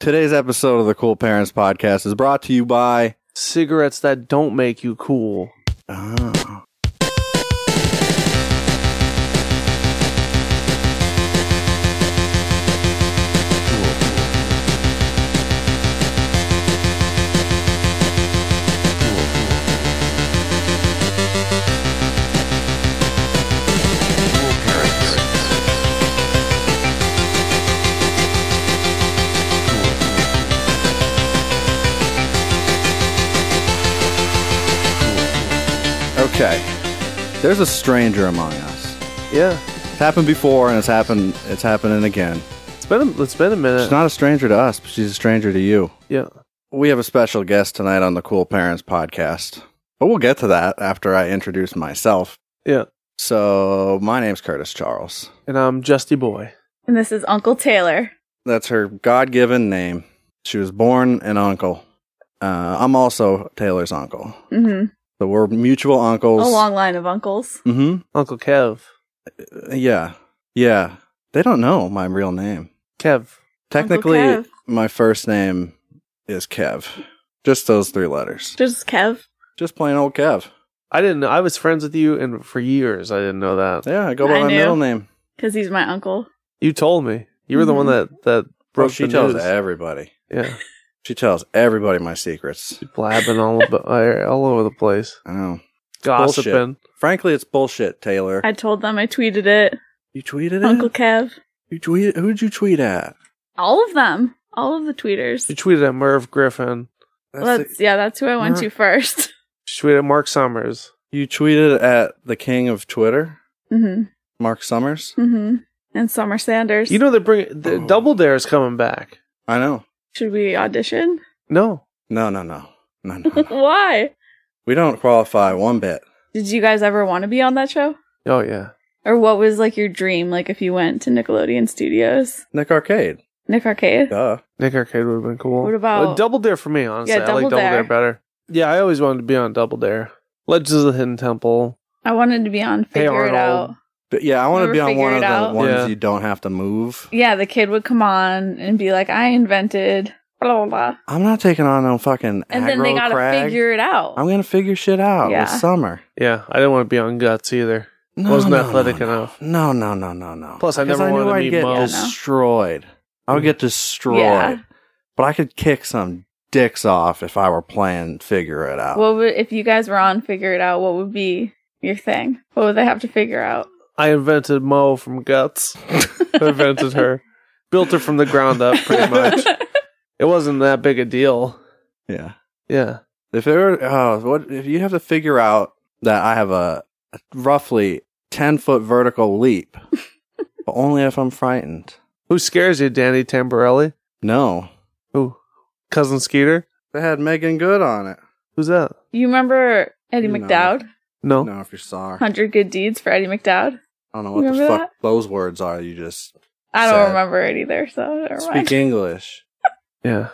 Today's episode of the Cool Parents Podcast is brought to you by. Cigarettes that don't make you cool. Okay, there's a stranger among us. Yeah, It's happened before, and it's happened. It's happening again. it's been a, it's been a minute. She's not a stranger to us, but she's a stranger to you. yeah, We have a special guest tonight on the Cool Parents Podcast, but we'll get to that after I introduce myself. yeah. So my name's Curtis Charles. And I'm Justy Boy. And this is Uncle Taylor. That's her God-given name. She was born an uncle. Uh, I'm also Taylor's uncle, hmm so we're mutual A uncles. long line of uncles. hmm Uncle Kev. Yeah. Yeah. They don't know my real name. Kev. Technically, Kev. my first name is Kev. Just those three letters. Just Kev. Just plain old Kev. I didn't know. I was friends with you, and for years I didn't know that. Yeah, I go by I my knew. middle name. Because he's my uncle. You told me. You were the one that that Bro, broke Mm-hmm. Oh, she the tells news. everybody. Yeah, She tells everybody my secrets. blabbing all about, all over the place, I know. gossiping. Frankly, it's bullshit, Taylor. I told them I tweeted it. you tweeted it? Uncle Kev. you tweeted who'd you tweet at? All of them. All of the tweeters. She tweeted at Merv Griffin. That's That's, the- yeah, that's who I went to first. She tweeted at Mark Summers. you tweeted at the king of Twitter, Mm-hmm. Mark Summers. Mm-hmm. And Summer Sanders. You know they're bringing the Oh. Double Dare is coming back. I know. Should we audition? No, No, no, no. No, no. no. Why? we don't qualify one bit. Did you guys ever want to be on that show? oh yeah, Or what was like your dream, like if you went to Nickelodeon Studios? Nick Arcade. Nick Arcade? Duh. Nick Arcade would have been cool. What about- Uh, Double Dare for me? Honestly, I Yeah, like Double Double Dare. Dare. better. Yeah, I always wanted to be on Double Dare. Legends of the Hidden Temple. I wanted to be on Hey, Figure It Arnold. Out. But yeah, I want to Never be on figure one of it the out. ones Yeah. you don't have to move. Yeah, the kid would come on and be like, I invented blah blah blah. I'm not taking on no fucking And then they aggro gotta crag. figure it out. I'm gonna figure shit out Yeah. this summer. Yeah, I didn't want to be on Guts either. Wasn't athletic no, enough. No, no, no, no, no. Plus, I 'Cause never knew wanted to I'd meet get Mo. Mm-hmm. Yeah, no. destroyed. I would get destroyed. Yeah. But I could kick some dicks off if I were playing figure it out. what would if you guys were on figure it out, what would be your thing? What would they have to figure out? I invented Mo from Guts. I invented her. Built her from the ground up, pretty much. It wasn't that big a deal. yeah. Yeah. If there were, oh, what if you have to figure out that I have a, a roughly ten foot vertical leap, but only if I'm frightened. Who scares you, Danny Tamborelli? No, Who? Cousin Skeeter? They had Megan Good on it. Who's that? You remember Eddie No. McDowd? No. No, if you're sorry. I Hundred Good Deeds for Eddie McDowd? don't know what the Remember fuck that? those words are. You just I don't Sad. remember it either, so never mind. speak English. Yeah.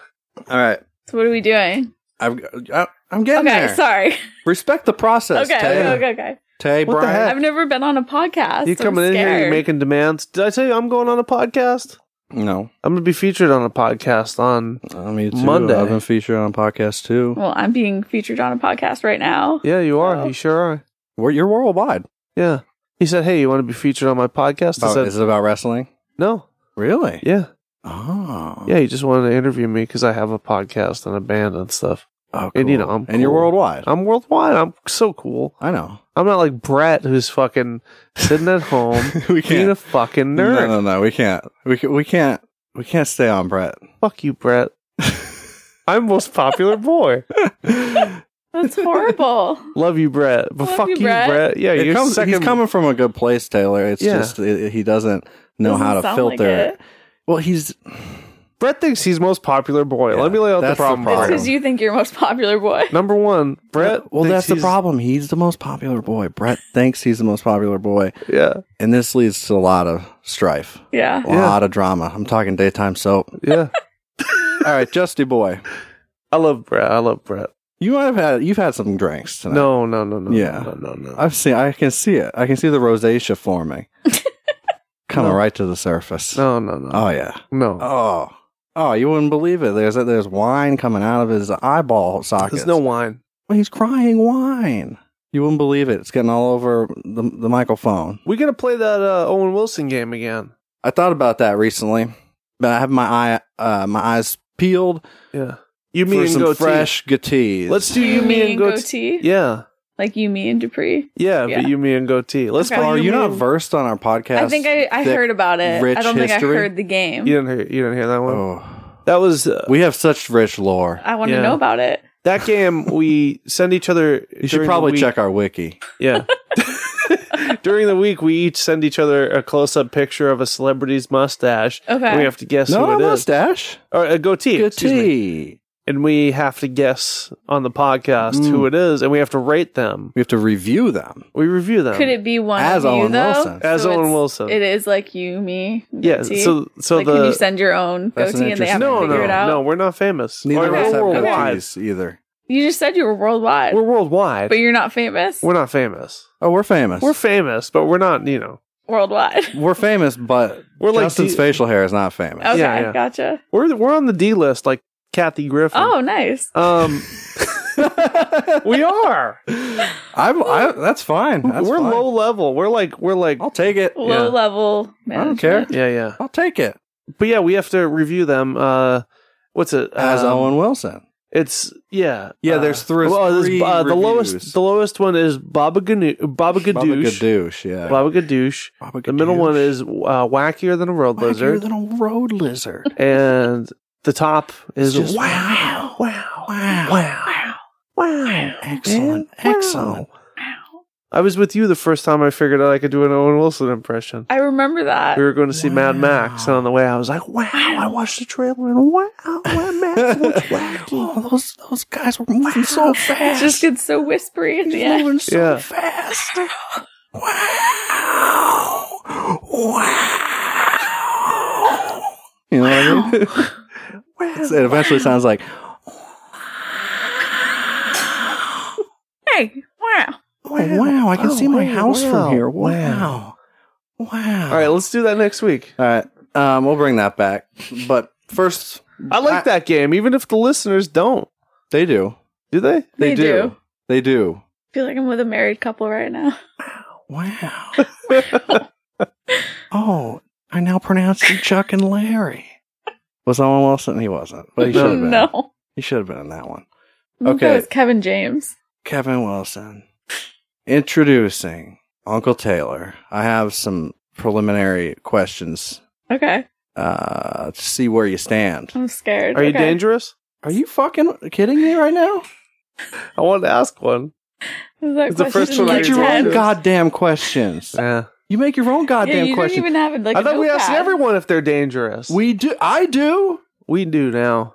All right. So what are we doing? I've, I, I'm getting okay, there. sorry. Respect the process, okay, Tay. okay, okay, okay. Tay, What the Brian. heck? I've never been on a podcast. You coming in here, you're making demands. Did I tell you I'm going on a podcast? No, I'm going to be featured on a podcast on. I mean, too. Monday. I've been featured on a podcast too. Well, I'm being featured on a podcast right now. Yeah, you are. Oh. You sure are. We're, you're worldwide. Yeah. He said, hey, you want to be featured on my podcast? I About, said, Oh, is it about wrestling? no. Really? Yeah. Oh. Yeah, he just wanted to interview me because I have a podcast and a band and stuff. Oh, And, you cool. know, I'm and you're um, cool. worldwide. I'm worldwide. I'm so cool. I know. I'm not like Brett, who's fucking sitting at home we being a can't. fucking No, nerd. no, no. We can't. We, ca- we can't. We can't stay on Brett. Fuck you, Brett. I'm most popular boy. That's horrible. Love you, Brett. But Love fuck you, you, Brett. Brett. Yeah, It you're comes- second. he's coming from a good place, Taylor. It's Yeah. just it, he doesn't know Doesn't how to sound filter like it. it. Well, he's Brett thinks he's most popular boy. Yeah, Let me lay out the that's the problem. for It's problem. him. because you think you're most popular boy. Number one, Brett. Well, thinks that's the he's- problem. He's the most popular boy. Brett thinks he's the most popular boy, Yeah, and this leads to a lot of strife, Yeah. a Yeah. lot of drama. I'm talking daytime soap. yeah. All right, Justy boy, I love Brett. I love Brett. you might have had you've had some drinks tonight. No, no, no, no. Yeah. no, no, no. I've seen. I can see it. I can see the rosacea forming, coming No. right to the surface. no, no, no, Oh yeah. no. Oh. Oh, you wouldn't believe it. There's there's wine coming out of his eyeball socket. There's no wine. He's crying wine. You wouldn't believe it. It's getting all over the the microphone. We gotta play that uh, Owen Wilson game again. I thought about that recently, but I have my eye uh, my eyes peeled Yeah, you for mean some goatee. fresh goatees. Let's do Do you mean goatee. goatee? Yeah, Like you, me, and Dupree. yeah, Yeah. but you mean goatee. Let's Okay. play. Are you me not and- versed on our podcast? I think I, I thick- heard about it. rich I don't think I history? heard the game. You didn't hear. You didn't hear that one. Oh, That was uh, we have such rich lore. I want to Yeah. know about it. that game. We send each other. You should during the probably week- check our wiki. Yeah. During the week, we each send each other a close-up picture of a celebrity's mustache. Okay. And we have to guess no, who it is. mustache, or a goatee. excuse me. goatee. And we have to guess on the podcast Mm. who it is, and we have to rate them. We have to review them. We review them Could it be one As of you Owen though? Wilson. as So Owen it's- Wilson. It is like you, me. yeah. goatee? So so like, the can you send your own That's an goatee and they haven't no figured no it out? no we're not famous. Neither Or of us Okay. have Okay. goatees either. You just said you were worldwide, We're worldwide. but you're not famous. we're not famous. Oh, we're famous. We're famous, but we're not. You know, worldwide. We're famous, but we're like Justin's D- facial hair is not famous. Okay, Yeah, yeah. gotcha. We're we're on the D list like Kathy Griffin. Oh, nice. Um, we are. I'm, I, that's fine. That's we're fine. Oh. low level. We're like we're like I'll take it. Low level. I don't care. yeah yeah. I'll take it. But yeah, we have to review them. Uh, what's it? As Um, Owen Wilson. It's yeah Yeah, uh, there's three- there's, three uh, the reviews. lowest the lowest one is Baba Ganoush, Baba Gadoosh, Gadoosh, yeah. Baba Gadoosh. Baba The middle Gadoosh. one is uh, wackier than a road Wackier lizard, than a road lizard. and the top is It's just wow, wow, wow. wow, wow. Excellent. Wow. Excellent. I was with you the first time I figured out I could do an Owen Wilson impression. I remember that. We were going to see Mad Max, and on the way I was like, "Wow, I watched the trailer, and wow, wow Max looks wacky." Oh, those those guys were moving so It fast. just gets so whispery at the They're end. moving so Yeah. fast. Wow. Wow. You know what I mean? It's- it eventually sounds like Hey, wow. oh, wow, I can Wow. see my Wow. house Wow. from here. Wow. Wow. Wow. All right, let's do that next week. All right. Um, we'll bring that back. But first, I like that game, even if the listeners don't. they do. Do they? They do. They do. I feel like I'm with a married couple right now. Wow. oh, I now pronounce you Chuck and Larry. Was Owen Wilson? He wasn't, but he should have been. no. He should have been in that one. Okay. Okay. That was Kevin James. Kevin Wilson. Introducing Uncle Taylor. I have some preliminary questions Okay. uh, to see where you stand. I'm scared. Are you Okay. dangerous? Are you fucking kidding me right now? I wanted to ask one. Is that It's the question first one I like Get your own 10? goddamn questions. Yeah. You make your own Yeah, goddamn you don't questions. even have it. Like, I a thought we asked notepad. everyone if they're dangerous. We do. I do. we do now.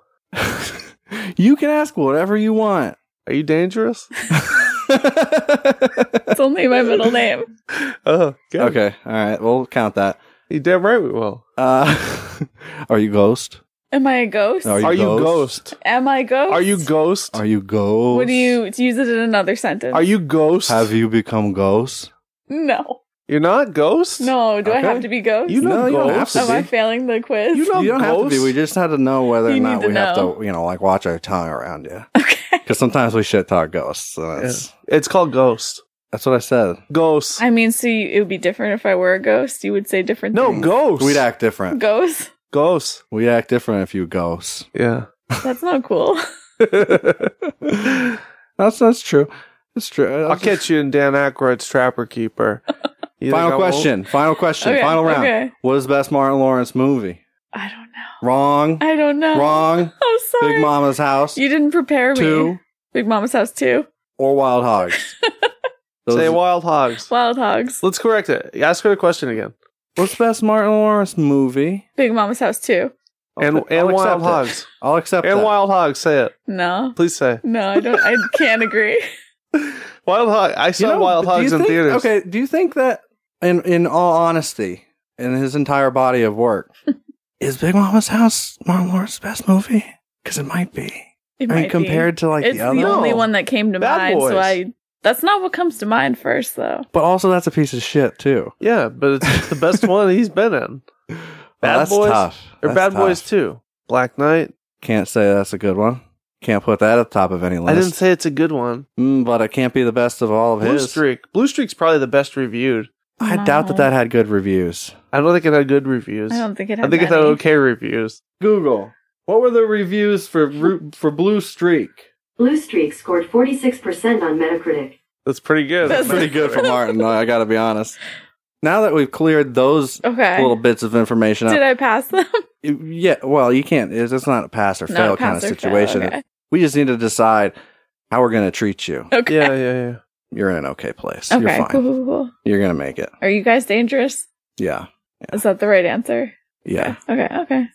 you can ask whatever you want. Are you dangerous? It's only my middle name. Oh, good. Okay. All right. We'll count that. You damn right we will. Uh, are you ghost? Am I a ghost? Are Are you you, ghost? ghost? Am I a ghost? Are you ghost? Are you ghost? What do you to use it in another sentence? Are you ghost? Have you become ghost? No. You're not ghost? No. Do I Okay. have to be ghost? You know No, you don't have ghost. to Am I be. failing the quiz? You know- You don't have to be. ghost? We just had to know whether or You not need to we have know. to, you know, like watch our tongue around you. okay. Because sometimes we shit talk ghosts. And that's, It's called ghost. that's what I said. Ghost. I mean, so you, it would be different if I were a ghost. You would say different. no, things. ghost. We'd act different. Ghost. Ghost. We'd act different if you ghosts. Yeah. That's not cool. I'll That's that's true. It's true. catch you in Dan Aykroyd's Trapper Keeper. You think I Final won't? question. Final question. Okay, Final round. okay. What is best Martin Lawrence movie? I don't know. Wrong. I don't know. Wrong. I'm sorry. Big Mama's House. You didn't prepare me. two Big Mama's house two. or Wild Hogs. Those Say are- wild hogs. Wild hogs. Let's correct it. Ask her the question again. What's best Martin Lawrence movie? Big Mama's house two. I'll and fi- and I'll wild accept it. hogs. I'll accept And that. wild hogs. Say it, No, please. Say no, I don't. I can't agree. wild hog. I You saw know, wild do you hogs in think- theaters. Okay, do you think that in in all honesty, in his entire body of work, is Big Mama's House Martin Lawrence's best movie? Because it might be. It I might mean, be. compared to like it's the the, other. only No. one that came to Bad mind. So Boys. I. That's not what comes to mind first, though. But also, that's a piece of shit too. Yeah, but it's the best one he's been in. Bad Well, Oh, that's Boys tough. or That's Bad Boys tough. Two, Black Knight. Can't say that's a good one. Can't put that at the top of any I didn't list. say it's a good one. mm, but it can't be the best of all of Blue his. Streak. Blue Streak's probably the best reviewed. I doubt that No. that had good reviews. I don't think it had good reviews. I don't think it. I Had think it had many. okay reviews. Google. What were the reviews for for Blue Streak? Blue Streak scored 46% on Metacritic. That's pretty good. That's pretty good for Martin. though, I got to be honest. Now that we've cleared those Okay. little bits of information Did up, I pass them? yeah. Well, you can't. It's, it's not a pass or No, fail kind pass of or fail, situation. okay. We just need to decide how we're going to treat you. Okay. Yeah, yeah, yeah. You're in an okay place. You're okay. fine. Cool, cool, cool. You're going to make it. Are you guys dangerous? Yeah. Is that the right answer? Yeah. Okay. Okay.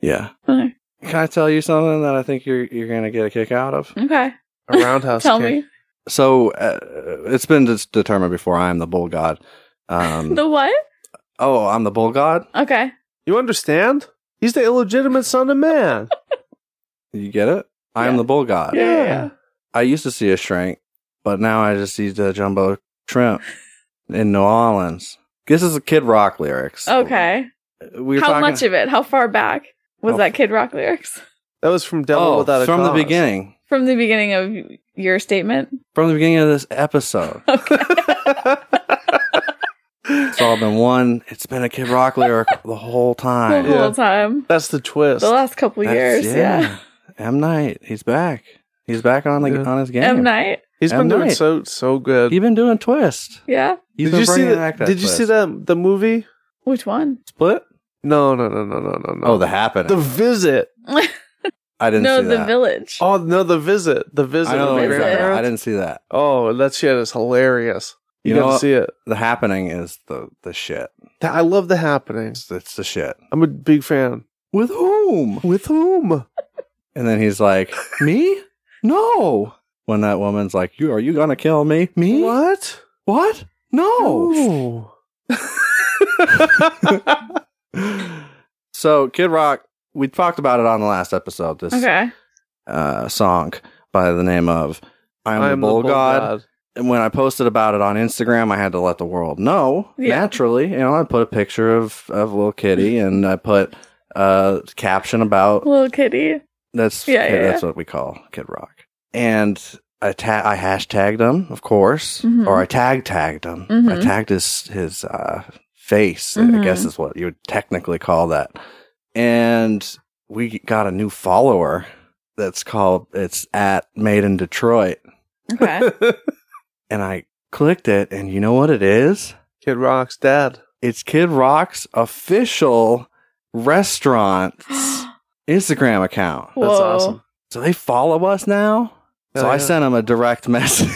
Yeah. Okay. Can I tell you something that I think you're you're going to get a kick out of? okay. A roundhouse. Tell kick. me So uh, it's been just determined before I am the bull god. Um, the what? oh, I'm the bull god. Okay. You understand? He's the illegitimate son of man. You get it? I am Yeah. the bull god. Yeah. I used to see a shrink, but now I just see the jumbo shrimp in New Orleans. This is a Kid Rock lyrics. Okay. We were How talking- much of it? How far back was Oh. that Kid Rock lyrics That was from Devil oh, Without a from the Cause. beginning, from the beginning of your statement? from the beginning of this episode. Okay. It's all been one. It's been a Kid Rock lyric the whole the time. whole Yeah. time. That's the twist. The last couple That's- years. Yeah. M Night, he's back. He's back on the Yeah. on his game. M Night. He's been I'm doing right. so so good. You've been doing twist. Yeah. You've did been you see bringing the, back that Did you see twist. that the movie? Which one? split? No, no, no, no, no, no, no. Oh, the happening. the visit. I didn't no, see the that. village. Oh no, the visit. The visit. I know of what the you're talking about. grandparents. I didn't see that. Oh, that shit is hilarious. You, You know gotta what? see it. The happening is the the shit. Th- I love the happenings. It's, it's the shit. I'm a big fan. With whom? With whom? And then he's like, "Me? No." When that woman's like, "You are you gonna kill me? Me? What? What? No." Oh. so Kid Rock, we talked about it on the last episode. This Okay. uh, song by the name of "I Am, the Bull, God. And when I posted about it on Instagram, I had to let the world know. Yeah. Naturally, you know, I put a picture of of little kitty and I put a caption about Little kitty. That's Yeah, yeah, yeah, that's what we call Kid Rock. And I ta- I hashtagged him, of course, Mhm. or I tag tagged him. I Mhm. tagged his his uh, face. I Mhm. guess is what you would technically call that. And we got a new follower. That's called it's at Made in Detroit. Okay. And I clicked it, and you know what it is? Kid Rock's dad. It's Kid Rock's official restaurant's Instagram account. That's Whoa. awesome. So they follow us now. Hell so I Oh, yeah. sent him a direct message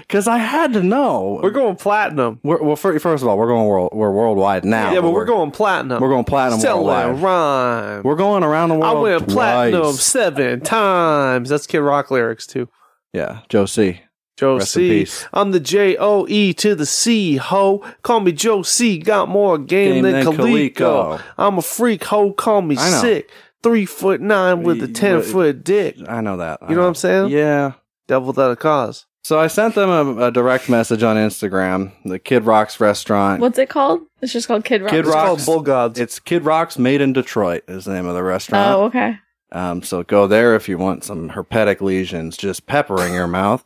because I had to know. We're going platinum. We're- well, fir- first of all, we're going world. We're worldwide now. yeah, but we're, going platinum. We're going platinum Selling worldwide. rhyme. We're going around the I world. went platinum twice. seven times. That's Kid Rock lyrics too. Yeah, Joe C. Joe Rest in C. peace. I'm the J O E to the C ho. Call me Joe C. Got more Game game, than than, Coleco. Coleco. I'm a freak ho. Call me I know. sick. Three foot nine with a Y- ten what- foot dick. I know that. I You know what I'm saying? Yeah. Devil without a cause. So I sent them a, a direct message on Instagram, the Kid Rock's restaurant. What's it called? It's just called Kid Rock. Kid It's Rock. called Bull Gods. It's Kid Rock's Made in Detroit is the name of the restaurant. Oh, okay. Um, so go there if you want some herpetic lesions just peppering your mouth.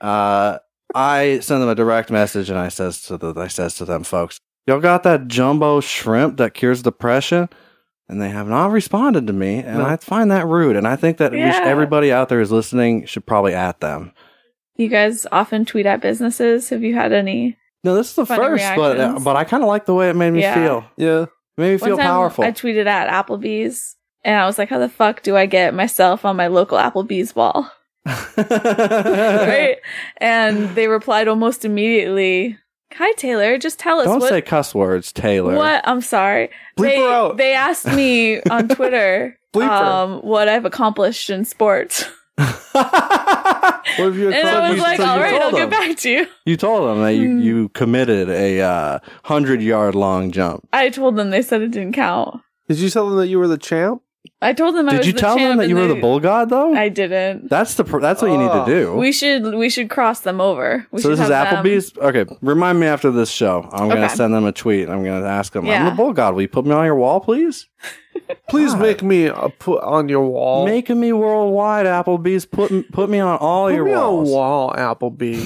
Uh, I send them a direct message and I says to the I says to them folks, y'all got that jumbo shrimp that cures depression, and they have not responded to me, and No. I find that rude, and I think that we sh- Yeah. everybody out there is listening should probably at them. You guys often tweet at businesses. Have you had any? No, this is the Funny first, but uh, reactions. but I kind of like the way it made me Yeah. feel. yeah. It made me One feel time powerful. I tweeted at Applebee's, and I was like, "How the fuck do I get myself on my local Applebee's wall?" right? And they replied almost immediately, Hi, Taylor. Just tell us Don't what. say cuss words, Taylor. what I'm sorry. Bleep they her out. they asked me on Twitter Bleep her. um, what I've accomplished in sports, What have you and I was accomplished like, till "All you right, Hmm. told I'll them?" get back to you." You told them that you, you committed a uh, 100 yard long jump. I told them. They said it didn't count. Did you tell them that you were the champ? I told them I Did was you the tell them champ that you and were the they- bull god, though? I didn't. that's the pr- that's what you need to Oh. do. We should we should cross them over. We so should this is have them- Applebee's. Okay, remind me after this show. I'm gonna Okay. send them a tweet. I'm gonna ask them. I'm Yeah. the bull god. Will you put me on your wall, please? Please God. make me uh, put on your wall. Making me worldwide, Applebee's. Put put me on all put your me walls. on wall, Applebee.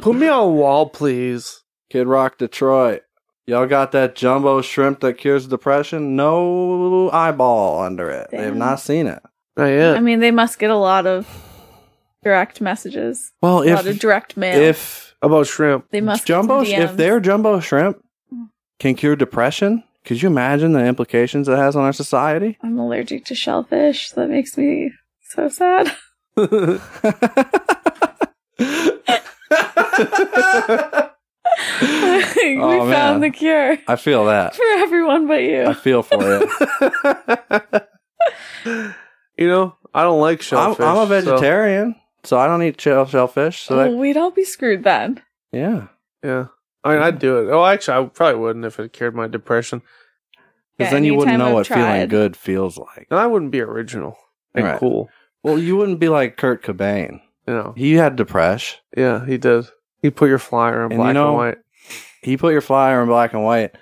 put me on wall, please. Kid Rock, Detroit. Y'all got that jumbo shrimp that cures depression? No eyeball under it. They've Damn. not seen it. I am. I mean, they must get a lot of direct messages, Well, a lot of if direct mail. if about shrimp. they must get jumbo, some sh- if DMs. their jumbo shrimp can cure depression, could you imagine the implications it has on our society? I'm allergic to shellfish. That makes me so sad. we Oh, man. found the cure I feel that. for everyone but I you. feel for it. you know, I don't like I'm, shellfish. I'm a so- vegetarian, so, I don't eat shell, shellfish. So oh, we'd all be screwed then. that, yeah, yeah. I mean, I'd do it. Oh, actually, I probably wouldn't if it cured my depression. Yeah, because then you wouldn't anytime know what I've feeling tried. good feels like. And I wouldn't be original and Right. cool. Well, you wouldn't be like Kurt Cobain. You know. He had depression. Yeah, he did. He put your flyer in And you black know- and white. He put your flyer in black and white,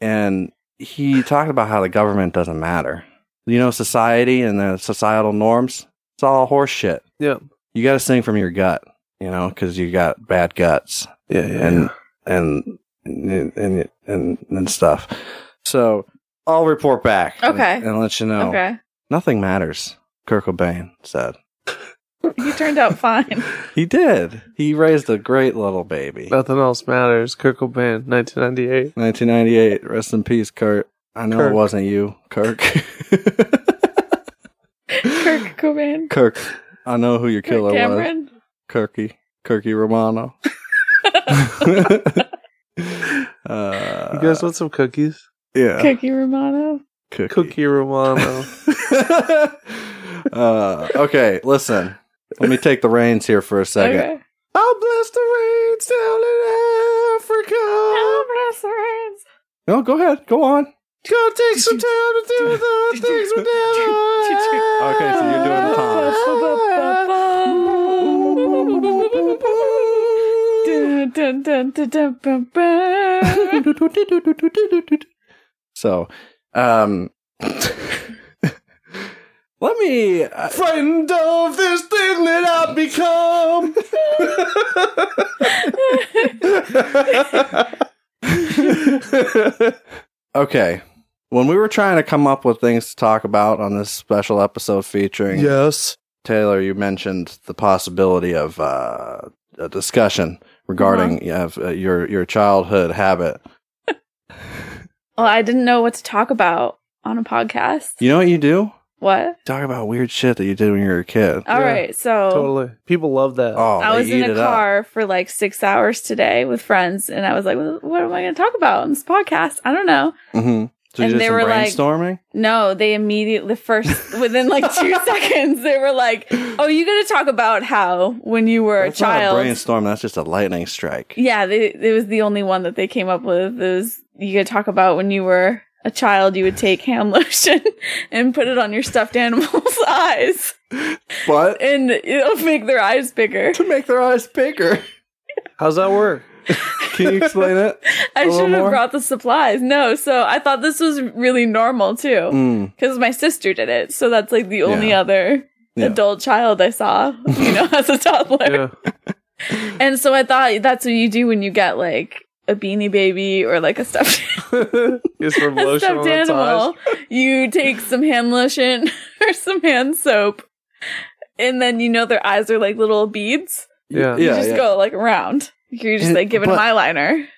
and he talked about how the government doesn't matter. You know, society and the societal norms. It's all horse shit. Yeah. You got to sing from your gut. You know, because you got bad guts. Yeah, and and and and and, and stuff. So I'll report back. Okay. And, and let you know. Okay. Nothing matters. Kirk Cobain said You turned out fine. he did. He raised a great little baby. Nothing else matters. Kurt Cobain, 1998. 1998. Rest in peace, Kurt. I know Kirk. it wasn't you, Kirk. Kirk Cobain. Kirk. I know who your killer Kirk was. Cameron. Kirky. Kirky Romano. uh, You guys want some cookies? yeah. Cookie Romano. Cookie. Cookie Romano. uh, okay, listen. Let me take the reins here for a second. Okay. I'll bless the rains down in Africa. Anniversaries. No, go ahead. Go on. Gonna take some time to do the things we never Okay, so you're doing the Dun, dun, dun, dun, dun, dun, dun. So, um, let me. Uh, Frightened of this thing that I've become. okay. When we were trying to come up with things to talk about on this special episode featuring yes. Taylor, you mentioned the possibility of uh, a discussion Uh-huh. regarding of, uh, your your childhood habit. Well, I didn't know what to talk about on a podcast. You know what you do? What? Talk about weird shit that you did when you were a kid. All right. Yeah, So Totally. People love that. Oh, I was they in eat a it up. car for like six hours today with friends, and I was like, "Well, "What am I going to talk about on this podcast? I don't know." Mhm. So And you did they some were like- brainstorming. No, they immediately first within like two seconds they were like, "Oh, you going to talk about how when you were That's a child?" Not a brainstorm. That's just a lightning strike. yeah, they, it was the only one that they came up with. It was you could talk about when you were a child, you would take hand lotion and put it on your stuffed animal's eyes, But and it'll make their eyes bigger. to make their eyes bigger. How's that work? Can you explain it? I little should have more? brought the supplies. No, so I thought this was really normal too Mm, because my sister did it. So that's like the only Yeah. other Yeah. adult child I saw, you know, as a toddler. Yeah. And so I thought that's what you do when you get like a beanie baby or like a stuffed, Get some a lotion on stuffed the animal. ties. You take some hand lotion or some hand soap, and then you know their eyes are like little beads. Yeah. You just go like around. You're just And- like giving but- them eyeliner.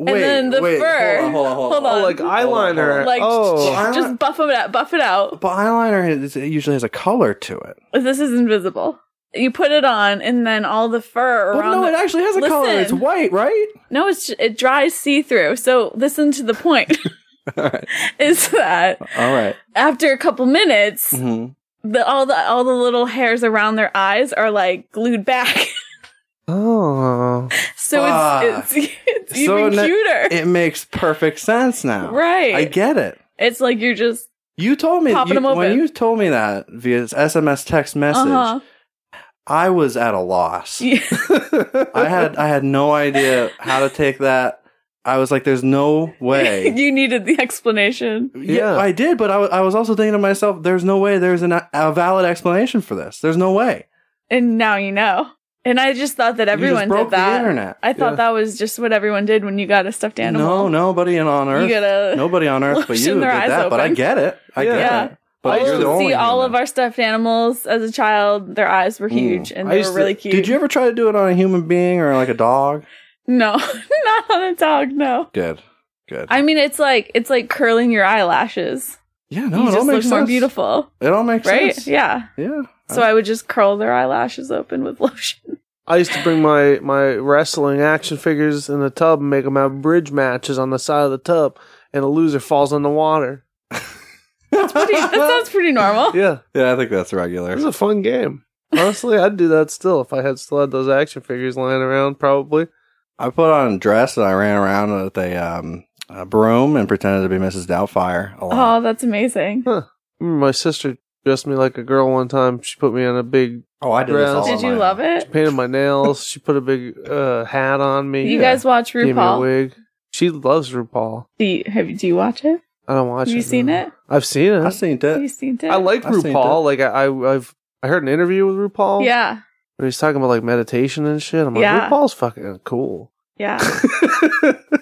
Wait, then the wait, fur. Hold on, hold on, hold Hold on. Oh, like eyeliner. Like oh, eyeliner- just buff it out, buff it out. But eyeliner is, it usually has a color to it. This is invisible. You put it on, and then all the fur But around. no, it the- actually has a color. It's Listen. white, right? no, it's it dries see through. So listen to the point. All right. is that All right. after a couple minutes, Mhm. the all the all the little hairs around their eyes are like glued back. Oh. so it's it's, it's So even ne- cuter, It makes perfect sense now. right? I get it. it's like you're just You told me Popping you, them open. when you told me that via SMS text message. uh huh. I was at a loss. I had I had no idea how to take that. I was like, "There's no way." you needed the explanation. yeah. Yeah. I did, but I wa- I was also thinking to myself, "There's no way. There's an, a valid explanation for this. There's no way." And now you know. And I just thought that You just everyone broke did the that. internet. I thought Yeah. that was just what everyone did when you got a stuffed No, animal. nobody in on earth. you gotta nobody on earth but lotion you did their eyes that. But I open. get it. I Yeah. get Yeah. Oh, it. But I you're used the to only see all human. of our stuffed animals as a child. Their eyes were huge, and I they used were to- really cute. Did you ever try to do it on a human being or like a dog? No, not on a dog. No. Good. Good. I mean, it's like it's like curling your eyelashes. yeah, no, you it just all look makes sense. more beautiful, It all makes right? sense. Yeah. Yeah. So I would just curl their eyelashes open with lotion. I used to bring my, my wrestling action figures in the tub and make them have bridge matches on the side of the tub, and a loser falls in the water. Pretty- that sounds pretty normal. Yeah, Yeah, I think that's regular. it was a fun game. Honestly, I'd do that still if I had still had those action figures lying around. Probably. I put on a dress and I ran around with a um a broom and pretended to be Mrs. Doubtfire a lot. Oh, that's amazing. remember my sister dressed me like a girl one time. She put me on a big, Oh, I did this Did all Did on you my love own. it? painted my nails. she put a big uh, hat on me. You guys watch gave me a RuPaul? wig. She loves RuPaul. Do you, have, do you watch it? I don't watch Have it. you seen no. it? I've seen Uh, I it. seen Have you it. seen it? I like I've seen RuPaul. Like I, I, I've I heard an interview with RuPaul. Yeah, where he's talking about like meditation and shit. I'm like, Yeah. RuPaul's fucking cool. yeah.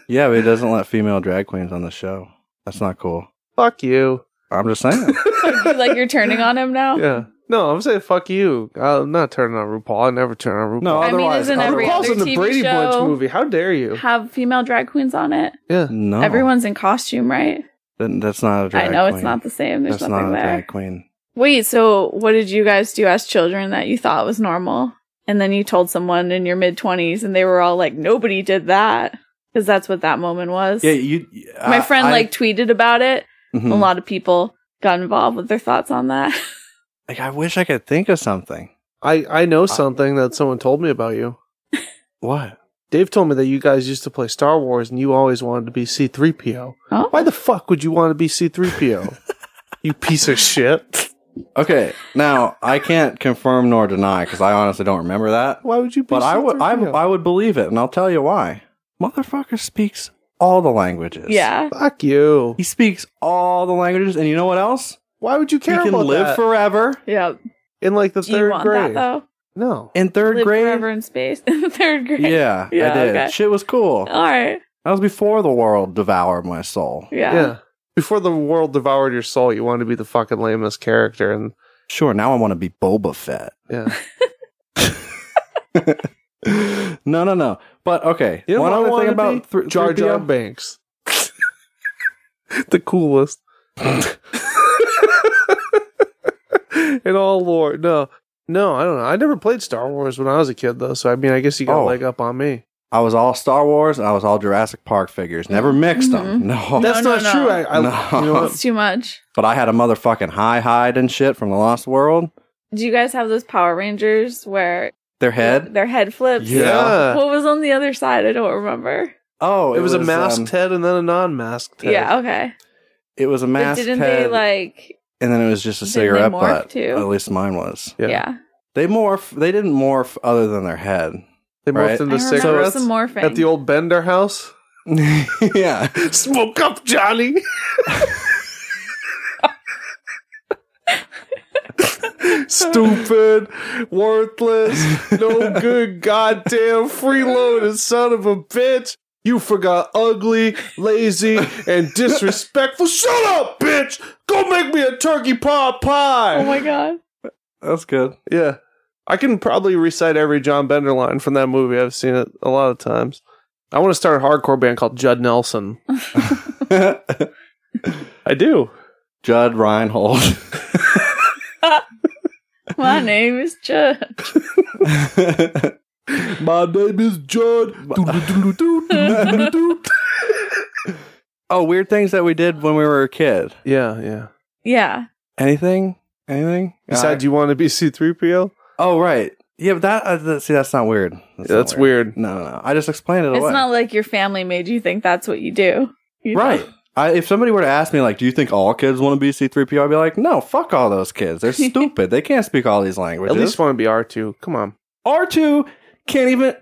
Yeah, but he doesn't let female drag queens on the show. That's not cool. Fuck you. I'm just saying. You like you're turning on him now. Yeah. No, I'm saying fuck you. I'm not turning on RuPaul. I never turn on RuPaul. No, I mean, otherwise, isn't every RuPaul's other in the TV Brady show- Bunch movie. How dare you? Have female drag queens on it. Yeah. no, Everyone's in costume, right? Then that's not a drag. I know queen. it's not the same. There's That's nothing not a there. drag queen. Wait, so what did you guys do as children that you thought was normal? And then you told someone in your mid 20s and they were all like, nobody did that. Because that's what that moment was. Yeah, you. My I- friend I- like tweeted about it. Mhm. A lot of people got involved with their thoughts on that. Like, I wish I could think of something. I, I know something that someone told me about you. What? Dave told me that you guys used to play Star Wars and you always wanted to be C3PO. Oh. Why the fuck would you want to be C3PO? you piece of shit. Okay, now I can't confirm nor deny because I honestly don't remember that. Why would you be But I would, I, C3PO? I would believe it, and I'll tell you why. Motherfucker speaks all the languages. yeah. fuck you. he speaks all the languages, and you know what else? Why would you He care can about live that? forever Yeah. in like the Do you third want that grade? though? no. in third Live grade. forever in space in third grade. Yeah, Yeah, I did. okay. Oh. Shit was cool. All right. That was before the world devoured my soul. Yeah. Yeah. Before the world devoured your soul, you wanted to be the fucking lamest character, and Sure, now I want to be Boba Fett. yeah, no, no, no. But okay, you know one what I other thing wanted to about be? thr- Jar Jar 3PO? Banks, the coolest in all lore. No, no, I don't know. I never played Star Wars when I was a kid, though. So I mean, I guess you got Oh. a leg up on me. I was all Star Wars. and I was all Jurassic Park figures. Never mixed them. No, Mm-hmm. That's no, not no. true. I, I No. you know what? It's too much. but I had a motherfucking high hide and shit from the Lost World. Do you guys have those Power Rangers where Their head. their head flips? Yeah. What was on the other side? I don't remember. Oh, It was a masked um, head and then a non-masked head. Yeah. Okay. it was a But masked didn't head, they like? and then it was just a didn't they cigarette morph butt. too? At least mine was. Yeah. Yeah. They morph. They didn't morph other than their head. they morphed Right. I into remember cigarettes some morphing. at the old Bender house. yeah. Smoke up, Johnny. Stupid, worthless, no good, goddamn freeloaded son of a bitch. You forgot ugly, lazy, and disrespectful. Shut up, bitch! Go make me a turkey pot pie! oh my god. That's good. Yeah. I can probably recite every John Bender line from that movie. I've seen it a lot of times. I want to start a hardcore band called Judd Nelson. I do. Judd Reinhold. Wow, My name is Chuck. My name is John. oh, weird things that we did when we were a kid. yeah, yeah. Yeah. Anything? Anything? Besides, you want to be C3PO? Uh, oh, right. Yeah, but that, uh, that see, that's not weird. That's, not That's weird. No, no, no. I just explained it It's away. not like your family made you think that's what you do. You right. I, if somebody were to ask me, like, do you think all kids want to be C3PO? I'd be like, no, fuck all those kids. They're stupid. they can't speak all these languages. At least want to be R2. Come on. R2 can't even.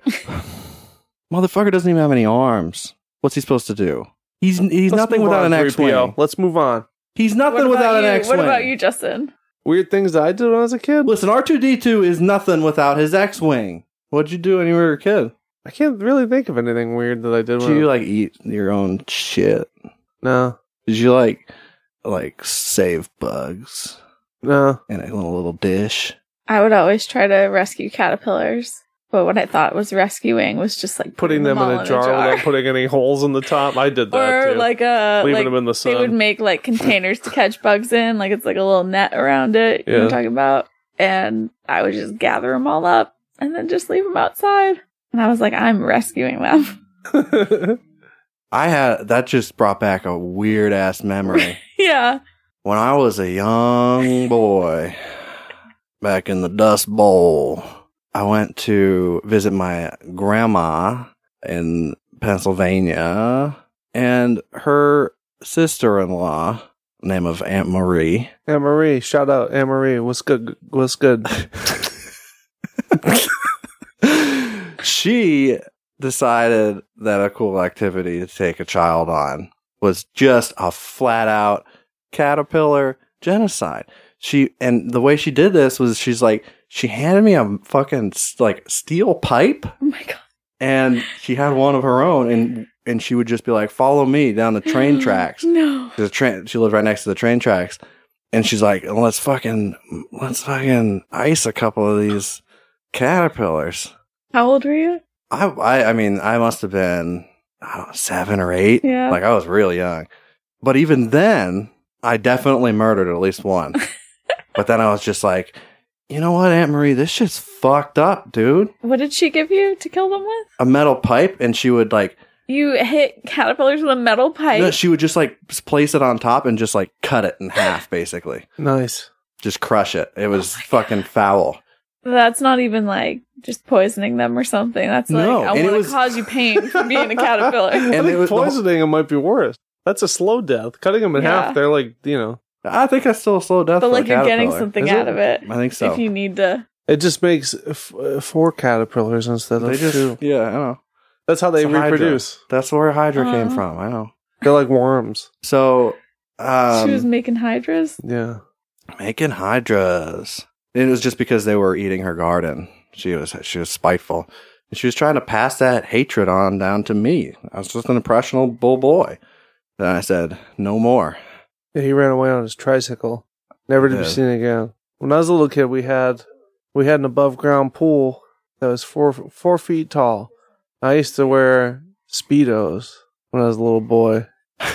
Motherfucker doesn't even have any arms. What's he supposed to do? He's he's Let's nothing move without on, an X 3PO. wing. Let's move on. He's What nothing about without an you? X wing. What about you, Justin? Weird things that I did when I was a kid. Listen, R two D two is nothing without his X wing. What'd you do when you were a kid? I can't really think of anything weird that I did. Did when I- you like eat your own shit? no, Did you like like save bugs no. in a little, little dish? I would always try to rescue caterpillars, but what I thought was rescuing was just like Putting them in all a jar, without putting any holes in the top. I did that or too. like a Leaving like them in the sun. They would make like containers to catch bugs in, like it's like a little net around it. You know Yeah. what I'm talking about? And I would just gather them all up and then just leave them outside. And I was like, I'm rescuing them. I had that just brought back a weird ass memory. yeah. when I was a young boy, back in the Dust Bowl, I went to visit my grandma in Pennsylvania, and her sister-in-law, name of Aunt Marie, Anne Marie, shout out Anne Marie. What's good? What's good? she decided that a cool activity to take a child on was just a flat out caterpillar genocide. She and the way she did this was she's like she handed me a fucking s- like steel pipe Oh my god. and she had one of her own and and she would just be like follow me down the train tracks No. the train she lived right next to the train tracks and she's like let's fucking let's fucking ice a couple of these caterpillars How old were you? I, I, I mean, I must have been I don't know, seven or eight. Yeah. Like I was really young. But even then, I definitely murdered at least one. but then I was just like, you know what, Aunt Marie, this shit's fucked up, dude. What did she give you to kill them with? A metal pipe, and she would like, You hit caterpillars with a metal pipe. no, she would just like s- place it on top and just like cut it in half, basically, nice. just crush it. Oh It was fucking foul. That's not even like just poisoning them or something. That's like No, I and it want to was- cause you pain for being a caterpillar. I And it think was- the whole- poisoning them might be worse. That's a slow death. Cutting them in Yeah. half, they're like you know. I think that's still a slow death. but for a like you're getting caterpillar. something Is it? out of it I think so. if you need to. It just makes f- uh, four caterpillars instead they of just, two. yeah, I know. That's how they It's a hydra. reproduce. That's where Hydra came Aw. from. I know. They're like worms. So she was um, making hydras. Yeah. making hydras. And it was just because they were eating her garden. She was she was spiteful. And she was trying to pass that hatred on down to me. I was just an impressionable boy. Then I said, No more. Yeah, he ran away on his tricycle, never to Yeah. be seen again. When I was a little kid, we had we had an above ground pool that was four four feet tall. I used to wear speedos when I was a little boy. I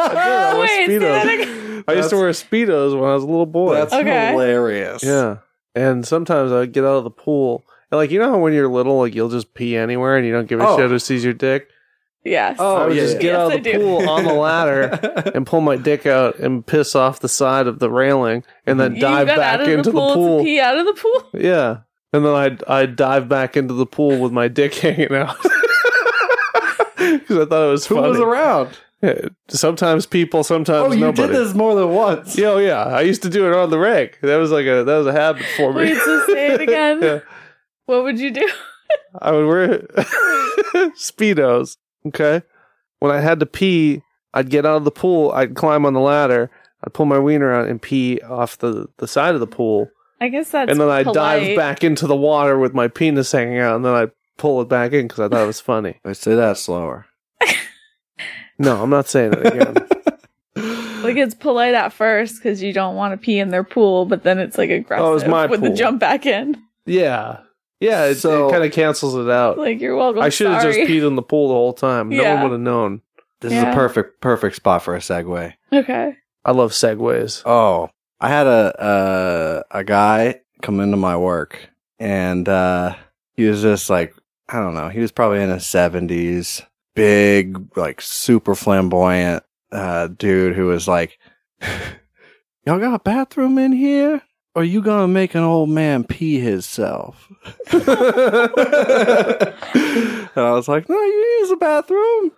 Oh, was wait, say speedo. that again. I used to wear speedos when I was a little boy. That's Okay. hilarious. yeah, and sometimes I'd get out of the pool. And like you know how when you're little, like you'll just pee anywhere and you don't give a Oh. shit who sees your dick. Yes. Oh, I would yeah, just yeah. get Yes, out I of the do. pool on the ladder and pull my dick out and piss off the side of the railing and then You dive got back out of into the pool, to pee out of the pool. Yeah. And then I'd, I'd dive back into the pool with my dick hanging out. Because I thought it was Who funny. was around? Yeah. Sometimes people, sometimes Oh, you nobody. did this more than once. Yeah, oh, yeah. I used to do it on the reg. That was like a that was a habit for me. Wait, so say it again. Yeah. What would you do? I would wear speedos. Okay. When I had to pee, I'd get out of the pool. I'd climb on the ladder. I'd pull my wiener out and pee off the, the side of the pool. I guess that's and then I polite. dive back into the water with my penis hanging out, and then I pull it back in because I thought it was funny. I say that slower. No, I'm not saying it again. Like it's polite at first because you don't want to pee in their pool, but then it's like aggressive Oh, it was my with the pool. jump back in. yeah, yeah, it, So- it kind of cancels it out. Like you're welcome. I should have just peed in the pool the whole time. No Yeah. one would have known. This is Yeah. a perfect perfect spot for a segue. Okay. I love segways. Oh, I had a a, a guy come into my work, and uh, he was just like I don't know. He was probably in his seventies, big, like super flamboyant uh, dude who was like, "Y'all got a bathroom in here?" Or you gonna make an old man pee himself? and I was like, no, you use the bathroom,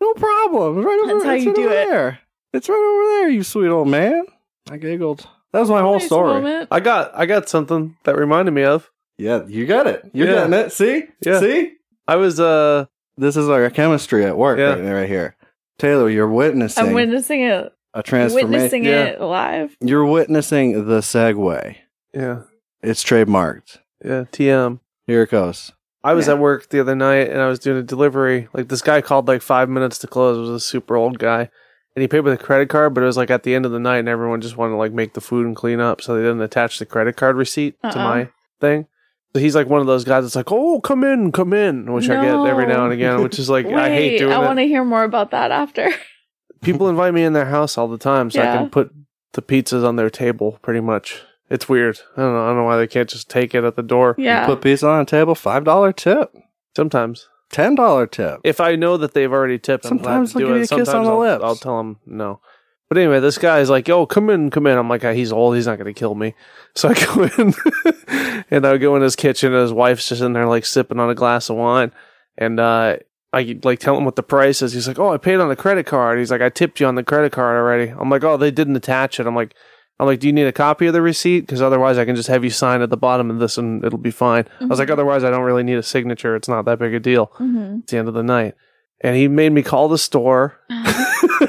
no problem. Right over, That's how it's you right do over it. there. It's right over there, you sweet old man. I giggled. That was my whole Nice story. moment. I got I got something that reminded me of. Yeah, you got it. You're Yeah. getting it. See? Yeah. See? I was uh This is our chemistry at work Yeah. right, there, right here. Taylor, you're witnessing I'm witnessing it, a transformation. witnessing yeah. it live. You're witnessing the segue. yeah It's trademarked. yeah TM. Here it goes. I was at work the other night and I was doing a delivery. Like this guy called like five minutes to close. It was a super old guy, and he paid with a credit card. But it was like at the end of the night, and everyone just wanted to like make the food and clean up, so they didn't attach the credit card receipt to Uh-uh. my thing. So he's like one of those guys that's like, "Oh, come in, come in," which I get every now and again, which is like Wait, I hate doing I it. want to hear more about that after. People invite me in their house all the time, so I Yeah. can put the pizzas on their table. Pretty much, it's weird. I don't know. I don't know why they can't just take it at the door. yeah. Put pizza on a table, five dollar tip, Sometimes. ten dollar tip. if I know that they've already tipped, Sometimes I'm glad to they'll do give it. you a kiss on Sometimes the I'll, lips. I'll tell them no. But anyway, this guy's like, "Yo, come in, come in." I'm like, "Ah, "He's old. He's not going to kill me." So I go in, and I go in his kitchen, and his wife's just in there like sipping on a glass of wine, and uh, I like tell him what the price is. He's like, "Oh, I paid on the credit card." He's like, "I tipped you on the credit card already." I'm like, "Oh, they didn't attach it." I'm like. I'm like, do you need a copy of the receipt? Because otherwise, I can just have you sign at the bottom of this, and it'll be fine. I Mm-hmm. was like, otherwise, I don't really need a signature. It's not that big a deal Mhm. at the end of the night. And he made me call the store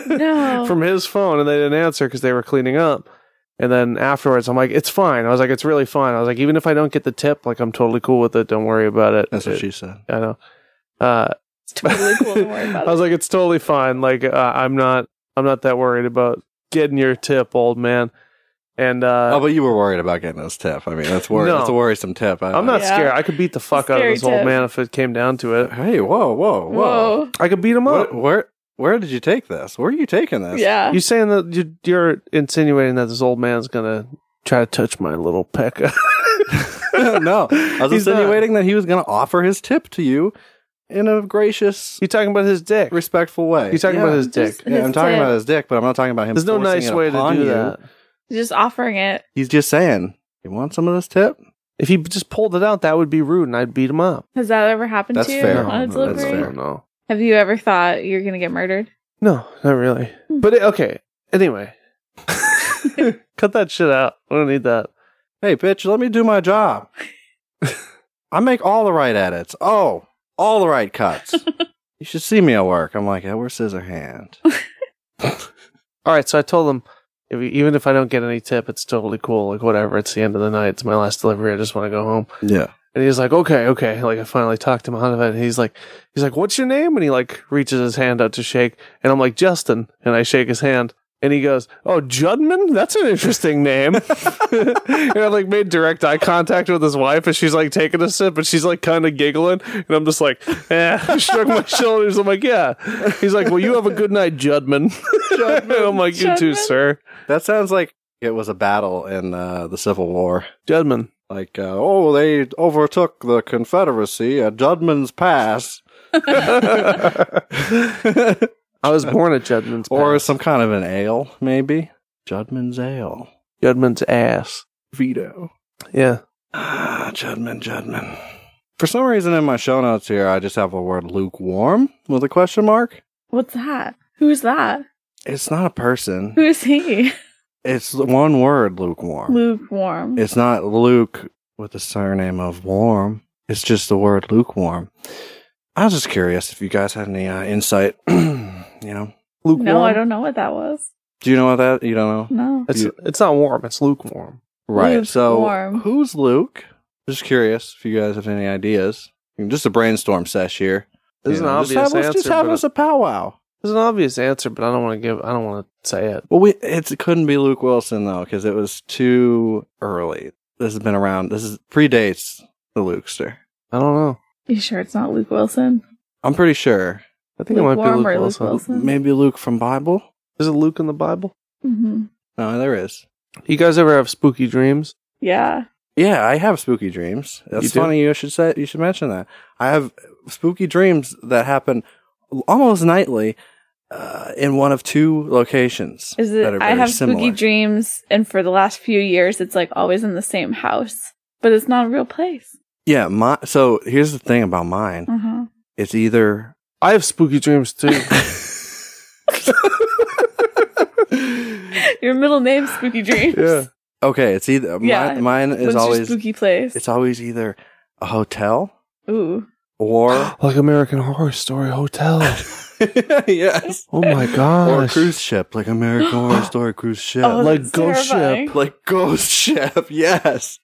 No. from his phone, and they didn't answer because they were cleaning up. And then afterwards, I'm like, it's fine. I was like, it's really fine. I was like, even if I don't get the tip, like, I'm totally cool with it. Don't worry about it. That's what It- she said. I know. Uh, it's totally cool. Don't worry about I was it. like, it's totally fine. Like, uh, I'm not, I'm not that worried about getting your tip, old man. And uh, oh, but you were worried about getting this tip. I mean, that's worry. No. That's a worrisome tip. I, I'm not Yeah. scared. I could beat the fuck out of Scary this old tip. man if it came down to it. Hey, whoa, whoa, whoa! Whoa. I could beat him Where, up. where, where did you take this? Where are you taking this? Yeah. You saying that you, you're insinuating that this old man's gonna try to touch my little pecker? no, I was He's not. insinuating that he was going to offer his tip to you in a gracious, you talking about his dick? respectful way. You talking Yeah. about his dick? Just- Yeah, I'm his talking tip. about his dick, but I'm not talking about him. There's no forcing nice it way to upon do you. that. Just offering it. He's just saying, "You want some of this tip?" If he just pulled it out, that would be rude, and I'd beat him up. Has that ever happened That's to you fair. on a No, delivery? that's fair. No, Have you ever thought you're gonna get murdered? no, not really. But it- okay. Anyway, cut that shit out. I don't need that. Hey, bitch, let me do my job. I make all the right edits. Oh, all the right cuts. you should see me at work. I'm like Edward Scissorhand. All right. So I told him, if, even if I don't get any tip, it's totally cool. Like whatever. It's the end of the night. It's my last delivery. I just want to go home. Yeah. And he's like, okay, okay. Like I finally talked him out of it. And he's like, he's like, what's your name? And he like reaches his hand out to shake. And I'm like, Justin. And I shake his hand. And he goes, oh, Judman? That's an interesting name. and I like made direct eye contact with his wife. And she's like taking a sip and she's like kind of giggling. And I'm just like, eh, I shrug my shoulders. I'm like, yeah. He's like, well, you have a good night, Judman. and I'm like, you too, Judman? sir. That sounds like it was a battle in uh, the Civil War. Judman. Like, uh, oh, they overtook the Confederacy at Judman's Pass, I was born at Judman's. or Pass. some kind of an ale, maybe. Judman's ale. Judman's ass. Veto. Yeah. Ah, Judman, Judman. For some reason, in my show notes here, I just have the word lukewarm with a question mark. What's that? Who's that? It's not a person. Who's he? It's the one word, lukewarm. Lukewarm. It's not Luke with the surname of warm. It's just the word lukewarm. I was just curious if you guys had any uh, insight. you know, Lukewarm. No, I don't know what that was. do you know what that? You don't know, No. It's You- it's not warm. It's lukewarm. right? so, Lukewarm. who's Luke? Just curious if you guys have any ideas. I mean, Just a brainstorm sesh here. This is You an know, just obvious have us- Just answer, have but- us a powwow. It's an obvious answer, but I don't want to give. I don't want to say it. Well, we, it's, it couldn't be Luke Wilson though, because it was too early. This has been around. This is predates the Lukester. I don't know. You sure it's not Luke Wilson? I'm pretty sure. I think it might be Lukewarm Luke or Luke Wilson. Wilson? Maybe Luke from Bible. Is it Luke in the Bible? Mm-hmm. No, Oh, there is. You guys ever have spooky dreams? Yeah. Yeah, I have spooky dreams. That's do? funny. You should say you should mention that. I have spooky dreams that happen almost nightly uh, in one of two locations. Is that it? are I very have spooky similar. dreams, and for the last few years, it's like always in the same house, but it's not a real place. Yeah, my so here's the thing about mine. Uh-huh. It's either I have spooky dreams too. Your middle name, Spooky Dreams. yeah. okay. It's either Yeah, mine, mine What's is your always spooky place? it's always either a hotel Ooh. or Like American Horror Story Hotel. yes Oh my or gosh. cruise ship like American Horror Story cruise ship. Oh, like that's Ghost Ship. terrifying. like Ghost Ship. Yes.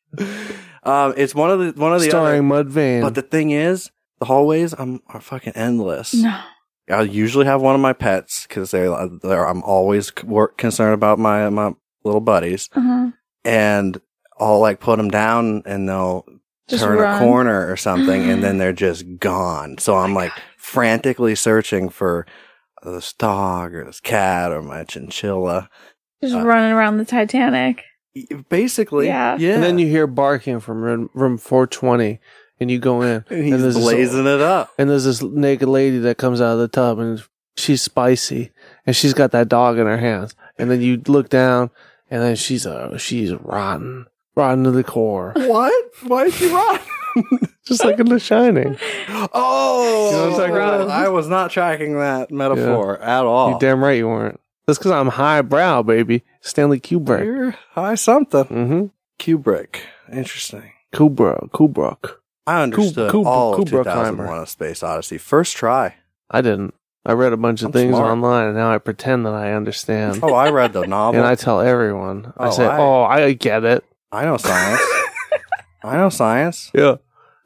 Um, it's one of the one of the Starring Mud other. Mudvayne. But the thing is, the hallways I'm are fucking endless. No. I usually have one of my pets because they uh, they're, I'm always c- work concerned about my my little buddies, Uh-huh. and I'll like put them down and they'll Just turn run. Oh a corner or something, and then they're just gone. So I'm like frantically searching for this dog or this cat or my chinchilla. Just Uh, running around the Titanic. Y- Basically, Yeah. yeah. And then you hear barking from room, room 420, and you go in, And he's there's this- blazing it up. and there's this naked lady that comes out of the tub, and she's spicy, and she's got that dog in her hands. And then you look down, and then she's uh, she's rotten, rotten to the core, What? Why is she rotten? just like in The Shining. oh, You know what I'm talking about? I was not tracking that metaphor at all. You damn right you weren't. That's because I'm highbrow, baby. Stanley Kubrick. You're high something. Mm-hmm. Kubrick. Interesting. Kubrick. Kubrick. I understood Kub- all of Kubrickheimer. 2001: A Space Odyssey first try. I didn't. I read a bunch of I'm things smart. online, and now I pretend that I understand. Oh, I read the novel. and I tell everyone. I Oh, say, I- "Oh, I get it." I know science. I know science. Yeah,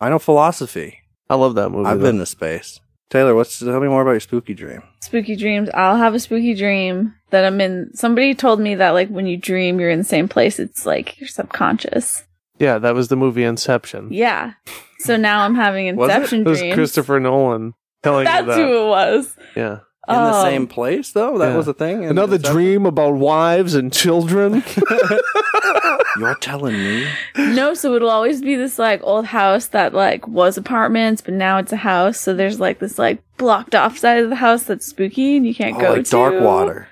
I know philosophy. I love that movie. I've though. been to space. Taylor, what's tell me more about your spooky dream? Spooky dreams. I'll have a spooky dream that I'm in. Somebody told me that like when you dream, you're in the same place. It's like your subconscious. Yeah, that was the movie Inception. Yeah. So now I'm having Was it? inception It was dreams. Christopher Nolan telling That's you that. who it was. Yeah, In the Oh. same place, though. That Yeah. was a thing. in another Inception? dream about wives and children. You're telling me No, so it'll always be this like old house that like was apartments, but now it's a house. So there's like this like blocked off side of the house that's spooky and you can't oh, go like to. dark water.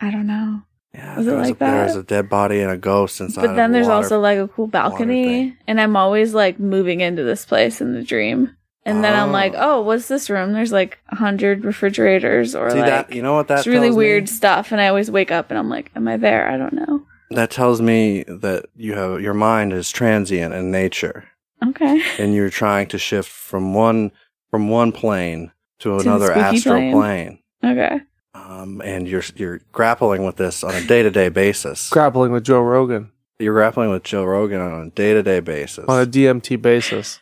I don't know. Yeah, Was it there was like a, there that? was a dead body and a ghost inside. but then of there's water. also like a cool balcony, thing. and I'm always like moving into this place in the dream. And then I'm like, Oh. oh, what's this room? There's like a hundred refrigerators or see like that you know what that it's really tells me? weird stuff. And I always wake up and I'm like, am I there? I don't know. That tells me that you have your mind is transient in nature, Okay. and you're trying to shift from one from one plane to, the another spooky astral plane. plane. Okay. Um, and you're you're grappling with this on a day to day basis. grappling with Joe Rogan you're grappling with Joe Rogan on a day to day basis, on a DMT basis.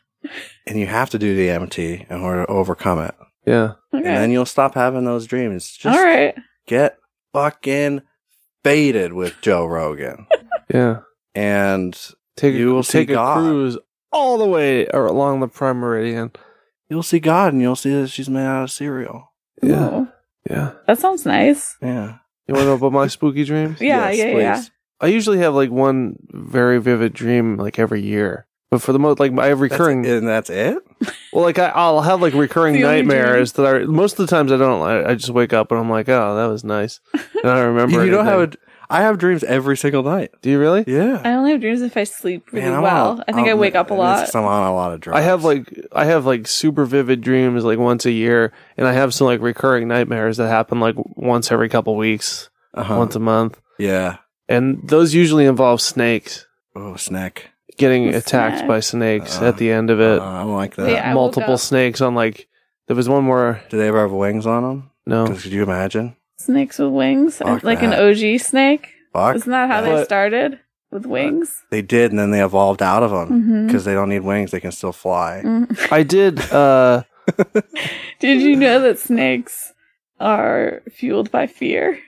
and you have to do the MT in order to overcome it. Yeah, Okay. And then you'll stop having those dreams. Just All right. get fucking faded with Joe Rogan. yeah. and Take a, You will see take a God. cruise all the way or along the Prime Meridian. you'll see God and you'll see that she's made out of cereal. Yeah, Oh, yeah. that sounds nice. Yeah. You want to know about my spooky dreams? Yeah, yeah, yeah. I usually have like one very vivid dream like every year, but for the most like I have recurring. That's, and that's it? Well, like I, I'll have like recurring The only dream. nightmares that are most of the times I don't. I, I just wake up and I'm like, oh, that was nice, and I don't remember. You don't have anything. a, I have dreams every single night. Do you really? Yeah. I only have dreams if I sleep really Man, I'm well. on a- I think I I'm- wake up a and it's lot. 'cause I'm on a lot of drugs. I have like I have like super vivid dreams like once a year, and I have some like recurring nightmares that happen like once every couple weeks, uh-huh. once a month, Yeah. and those usually involve snakes Oh, snack. getting A attacked snack. by snakes Uh, at the end of Uh, it. I don't like that. Yeah, I woke Multiple up- snakes on like there was one where Do they ever have wings on them? no, Could you imagine? Snakes with wings, Fuck like that. an OG snake. Fuck. Isn't that how But- they started with wings? They did, and then they evolved out of them Mhm. because they don't need wings. They can still fly. Mm. I did. uh Did you know that snakes are fueled by fear?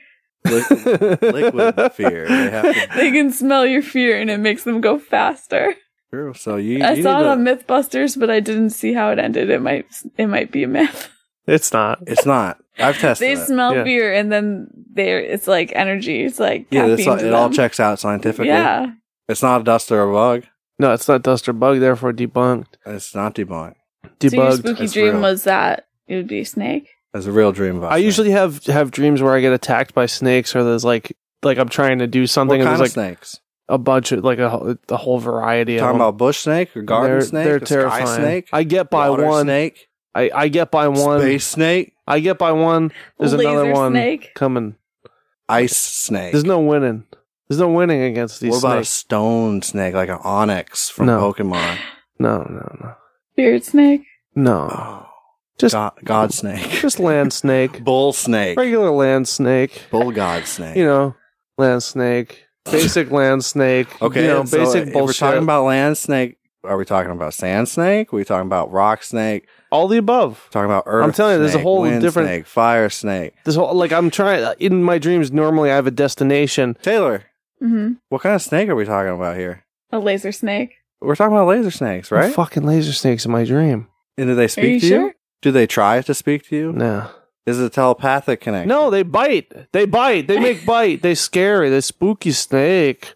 Liquid, liquid fear. They have to they can smell your fear and it makes them go faster. True. So you, I you saw it need on to, MythBusters, but I didn't see how it ended. It might it might be a myth. It's not. It's not. I've tested They it. smell yeah. beer and then they it's like energy. It's like yeah, caffeine it's all, to it all them. checks out scientifically. Yeah. It's not a dust or a bug. No, it's not dust or bug. Therefore, debunked. It's not debunked. So your Debugged. spooky It's dream real. was that it would be a snake. It's a real dream bust. I usually have have dreams where I get attacked by snakes, or there's like like I'm trying to do what something. kind and of there's like snakes? a bunch of like a, whole- a whole variety of Talking them. about bush snake or garden They're- snake? They're or terrifying. Sky snake. I get by water one. snake. I I get by one. Space snake. I get by one. There's Laser another one snake. coming. Ice snake. There's no winning. There's no winning against these what about a snakes. stone snake, like an onyx from No. Pokemon? No, no, Beard snake. no, no. Oh, Just god, god snake. just land snake, Bull snake. regular land snake. Bull god snake. You know, land snake, basic land snake. okay, you know, so uh, basic if bullshit. We're talking about land snake. Are we talking about sand snake? Are we talking about rock snake? all the above. Talking about earth. I'm telling you, there's a snake, whole wind different- snake, fire snake. This whole like I'm trying in my dreams. Normally, I have a destination. Taylor, hmm what kind of snake are we talking about here? A laser snake. We're talking about laser snakes, right? Fucking laser snakes in my dream. And do they Are you speak to sure? you? Do they try to speak to you? No, Is it a telepathic connection? no, they bite. They bite. They make bite. They scary. They spooky snake.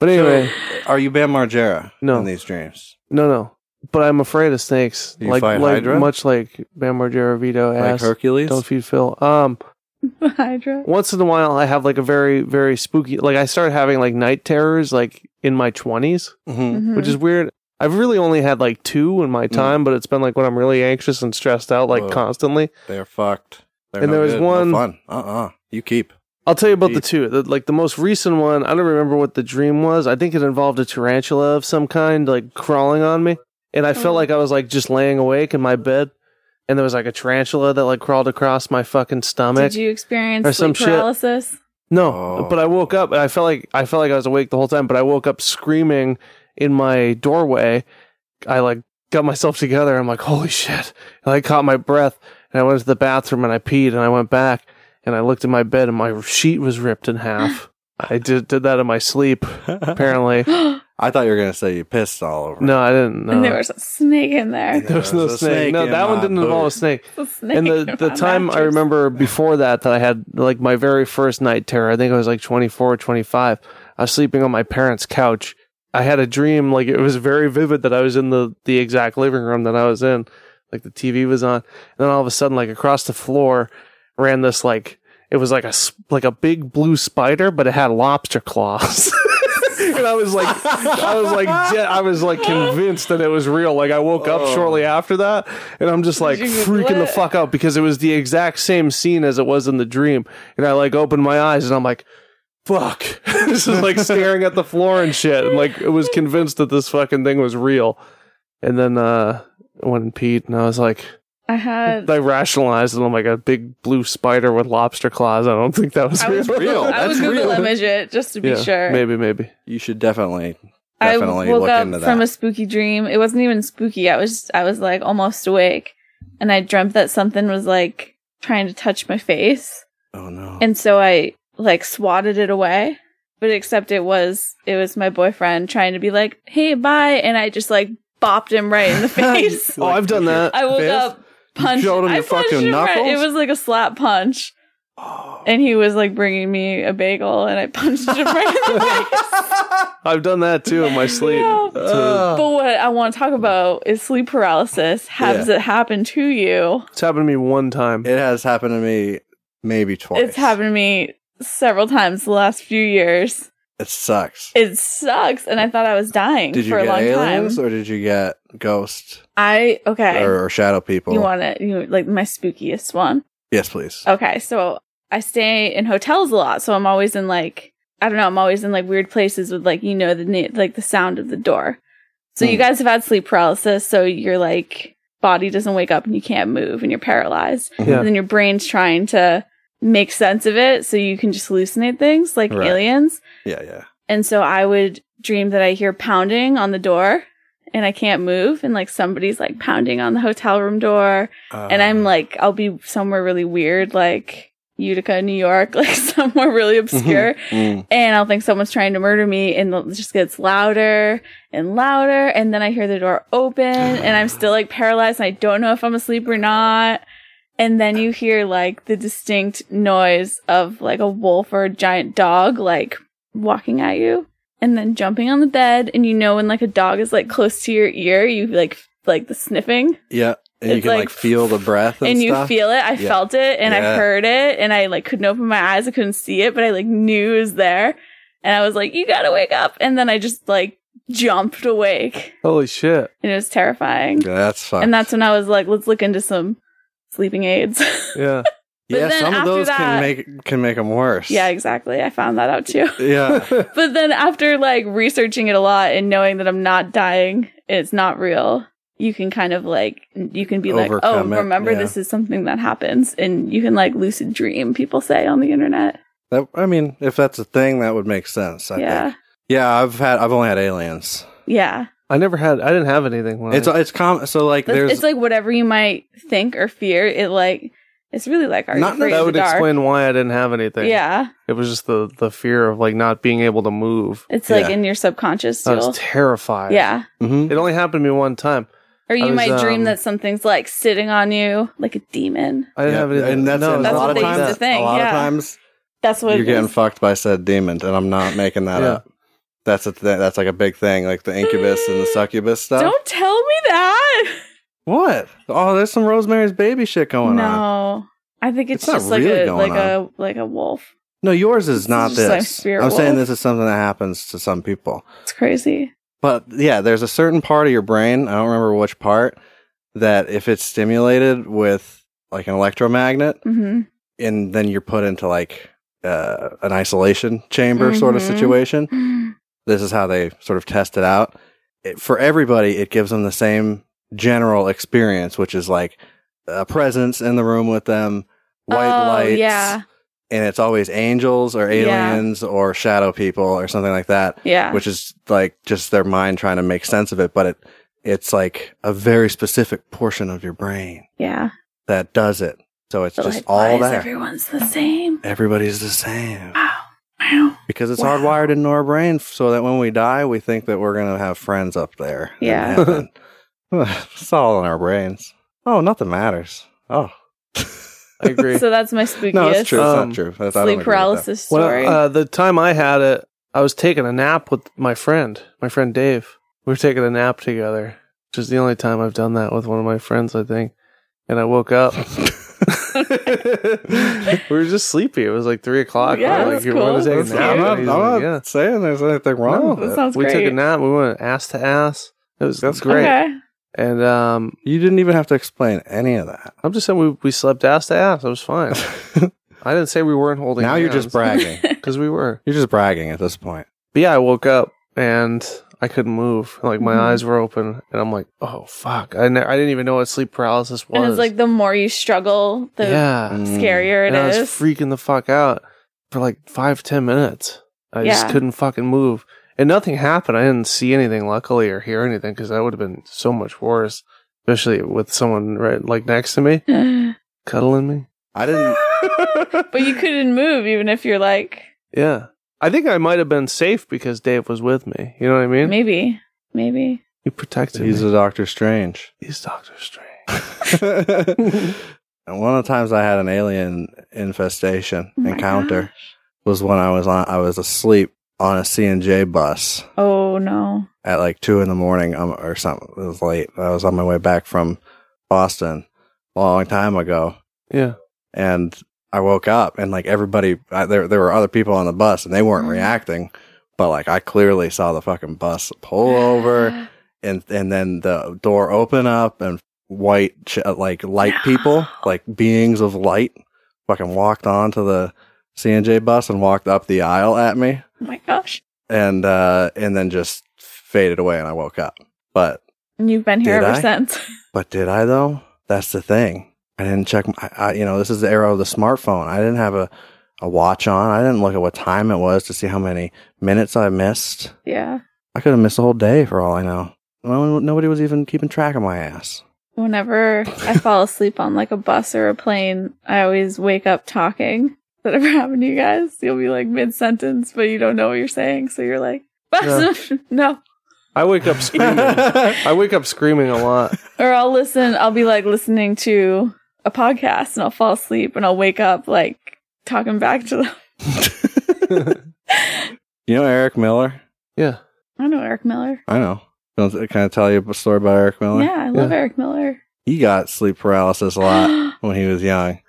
But anyway, Are you Bam Margera No. in these dreams? no, no. But I'm afraid of snakes. Do you like, fight like Hydra? much like Bam Margera Vito Like asked. Hercules? Don't feed Phil. Um, Hydra. once in a while, I have like a very, very spooky. Like I started having like night terrors like in my 20s Mhm. Mhm. which is weird. I've really only had like two in my time, but it's been like when I'm really anxious and stressed out, like Hmm. Whoa. constantly. They're fucked. They're And no there was good, no one- fun. Uh uh You keep. I'll tell you about the Indeed. two. The, like the most recent one, I don't remember what the dream was. I think it involved a tarantula of some kind, like crawling on me, and I felt like I was like just laying awake in my bed, and there was like a tarantula that like crawled across my fucking stomach. Did you experience or sleep some shit. paralysis? No, Oh. but I woke up and I felt like I felt like I was awake the whole time, but I woke up screaming in my doorway. I like got myself together. I'm like, holy shit. And I caught my breath and I went to the bathroom and I peed and I went back and I looked at my bed and my sheet was ripped in half. I did did that in my sleep, apparently. I thought you were going to say you pissed all over. No, I didn't know. And there was a snake in there. there was no There's a snake. snake No, in that one my didn't involve a boot. snake. A snake And the, in the my time I mattress. remember before that, that I had like my very first night terror, I think I was like 24 or 25. I was sleeping on my parents' couch. I had a dream, like it was very vivid that I was in the, the exact living room that I was in. Like the TV was on. And then all of a sudden, like across the floor ran this like, it was like a, s- like a big blue spider, but it had lobster claws. and I was like, I was like, de- I was like convinced that it was real. Like I woke up shortly after that, and I'm just like Did you freaking the what? fuck out because it was the exact same scene as it was in the dream. And I like opened my eyes and I'm like, fuck, this is like staring at the floor and shit. And like it was convinced that this fucking thing was real. And then uh, I went and peed, and I was like, I had I rationalized, and I'm like a big blue spider with lobster claws. I don't think that was I real. was real. I would That's Google real. image it just to be Yeah, sure. Maybe, maybe. You should definitely, I definitely woke look up into that. from a spooky dream. It wasn't even spooky. I was I was like almost awake, and I dreamt that something was like trying to touch my face, oh no. and so I like swatted it away. But except it was it was my boyfriend trying to be like, "Hey, bye," and I just like bopped him right in the face. Oh, I've done that. I woke Fist? up punched. showed him I your punched fucking him right- knuckles? Oh. It was like a slap punch. And he was like bringing me a bagel, and I punched him right in the face. I've done that too in my sleep. uh, Yeah. So, But what I want to talk about is sleep paralysis. Has it happened to you? it's happened to me one time. it has happened to me maybe twice. It's happened to me several times the last few years. It sucks. It sucks, and I thought I was dying did you for a get long aliens time. or did you get ghosts I okay. or, or shadow people? you want Oh. it? You like my spookiest one? yes, please. Okay, so I stay in hotels a lot, so I'm always in like I don't know, I'm always in like weird places with like you know the na- like the sound of the door. So you Hmm. guys have had sleep paralysis, so your like body doesn't wake up and you can't move and you're paralyzed. Mm-hmm. Yeah. And then your brain's trying to make sense of it so you can just hallucinate things like Right. aliens. Yeah, yeah. And so I would dream that I hear pounding on the door and I can't move and like somebody's like Um, pounding on the hotel room door and I'm like, I'll be somewhere really weird, like Utica, New York, like somewhere really obscure. Mm. and I'll think someone's trying to murder me, and it just gets louder and louder. And then I hear the door open, and I'm still like paralyzed, and I don't know if I'm asleep or not. And then you hear like the distinct noise of like a wolf or a giant dog like walking at you, and then jumping on the bed. And you know when like a dog is like close to your ear, you like f- like the sniffing, Yeah. And you It's can like, like- feel the breath and, and, you stuff. feel it. I Yeah. felt it, and I Yeah. heard it, and I like couldn't open my eyes. I couldn't see it, but I like knew it was there. And I was like, "You gotta wake up!" And then I just like jumped awake, Holy shit. and it was terrifying. Yeah, that's fine. And that's when I was like, "Let's look into some sleeping aids." Yeah. but yeah, then some of after those that- can make can make them worse. yeah, exactly. I found that out too. Yeah. But then after like researching it a lot and knowing that I'm not dying, it's not real. You can kind of like you can be like, oh, Overcome it, remember yeah. this is something that happens, and you can like lucid dream. People say on the internet, That, I mean, if that's a thing, that would make sense. I yeah, Think. Yeah, I've had I've only had aliens. yeah. I never had, I didn't have anything. When It's I, it's common. So like, That's- there's it's like whatever you might think or fear. It like it's really like are you Not that afraid that of would the dark? explain why I didn't have anything. yeah, It was just the, the fear of like not being able to move. it's like Yeah. in your subconscious. I You'll, was terrified. yeah, Mhm. It only happened to me one time. or you was, might dream um, that something's like sitting on you, like a demon. I didn't Yeah, have anything. and that's, no, it and was That's a what lot of they used times. to think, a lot yeah. of times That's what you're it getting is. fucked by said demon, and I'm not making that Yeah. up. That's a th- that's like a big thing, like the incubus and the succubus stuff. Mm. Don't tell me that. What? Oh, there's some Rosemary's Baby shit going no. on. I think it's, It's not just like really a going like a like a wolf. No, yours is This not is just like this. spirit I'm saying wolf. this is something that happens to some people. It's crazy. But yeah, there's a certain part of your brain, I don't remember which part, that if it's stimulated with like an electromagnet hmm and then you're put into like uh, an isolation chamber sort of Mhm. situation, this is how they sort of test it out. It, for everybody, it gives them the same general experience, which is like a presence in the room with them, white oh, lights, Yeah, and it's always angels or Yeah. aliens or shadow people or something like that yeah. which is like just their mind trying to make sense of it but it it's like a very specific portion of your brain yeah. that does it so it's But just like, why all is Ah. there everyone's the same? everybody's the same Wow. Wow. because it's Wow. hardwired into our brain f- so that when we die we think that we're going to have friends up there in Yeah. heaven. it's all in our brains oh nothing matters oh I agree. So that's my spookiest no it's true it's Um, not true That's- I don't agree sleep with that. paralysis story. Well, uh, the time I had it, I was taking a nap with my friend, my friend Dave. We were taking a nap together, which is the only time I've done that with one of my friends, I think. And I woke up. we were just sleepy. It was like three o'clock. Yeah, We're like, that's "You wanna cool. take a That's nap?" I'm weird. And not, I'm he's not like, "Yeah." saying there's anything wrong No, with that it. sounds we great. took a nap. We went ass to ass. It was That's great. Okay. And um, You didn't even have to explain any of that. I'm just saying we, we slept ass to ass. It was fine. I didn't say we weren't holding. now you're just bragging. because we were. You're just bragging at this point. But yeah, I woke up and I couldn't move. Like my Mhm. eyes were open, and I'm like, "Oh fuck!" I, ne- I didn't even know what sleep paralysis was. And it's like the more you struggle, the yeah, Mm. scarier and I it was is. freaking the fuck out for like five ten minutes. I just Yeah. couldn't fucking move, and nothing happened. I didn't see anything, luckily, or hear anything, because that would have been so much worse, especially with someone right like next to me but cuddling me. Mm. I didn't. you couldn't move even if you're like Yeah, I think I might have been safe because Dave was with me. You know what I mean? maybe, maybe. He protected He's me. a Doctor Strange. He's Doctor Strange. and one of the times I had an alien infestation Oh my encounter gosh. was when I was on. I was asleep on a CNJ bus Oh no. at like two in the morning um, or something. It was late. I was on my way back from Boston a long time ago, Yeah. and I woke up and like everybody I, there there were other people on the bus and they weren't Mhm. reacting, but like I clearly saw the fucking bus pull over and and then the door open up and white ch- uh, like light people like beings of light fucking walked onto the CNJ bus and walked up the aisle at me Oh my gosh. and uh and then just faded away and I woke up. But And you've been here Did ever I? since. but did I though? That's the thing. I didn't check. My, I, you know, this is the era of the smartphone. I didn't have a, a watch on. I didn't look at what time it was to see how many minutes I missed. yeah. I could have missed a whole day for all I know. No one, nobody was even keeping track of my ass. whenever I fall asleep on like a bus or a plane, I always wake up talking. That ever happened to you guys? You'll be like mid sentence, but you don't know what you're saying, so you're like, "Bus, no. I wake up screaming. I wake up screaming a lot. Or I'll listen. I'll be like listening to a podcast, and I'll fall asleep, and I'll wake up like talking back to them. You know Eric Miller? Yeah. I know Eric Miller. I know. Don't I kind of tell you a story about Eric Miller? Yeah, I love Eric Miller. He got sleep paralysis a lot when he was young.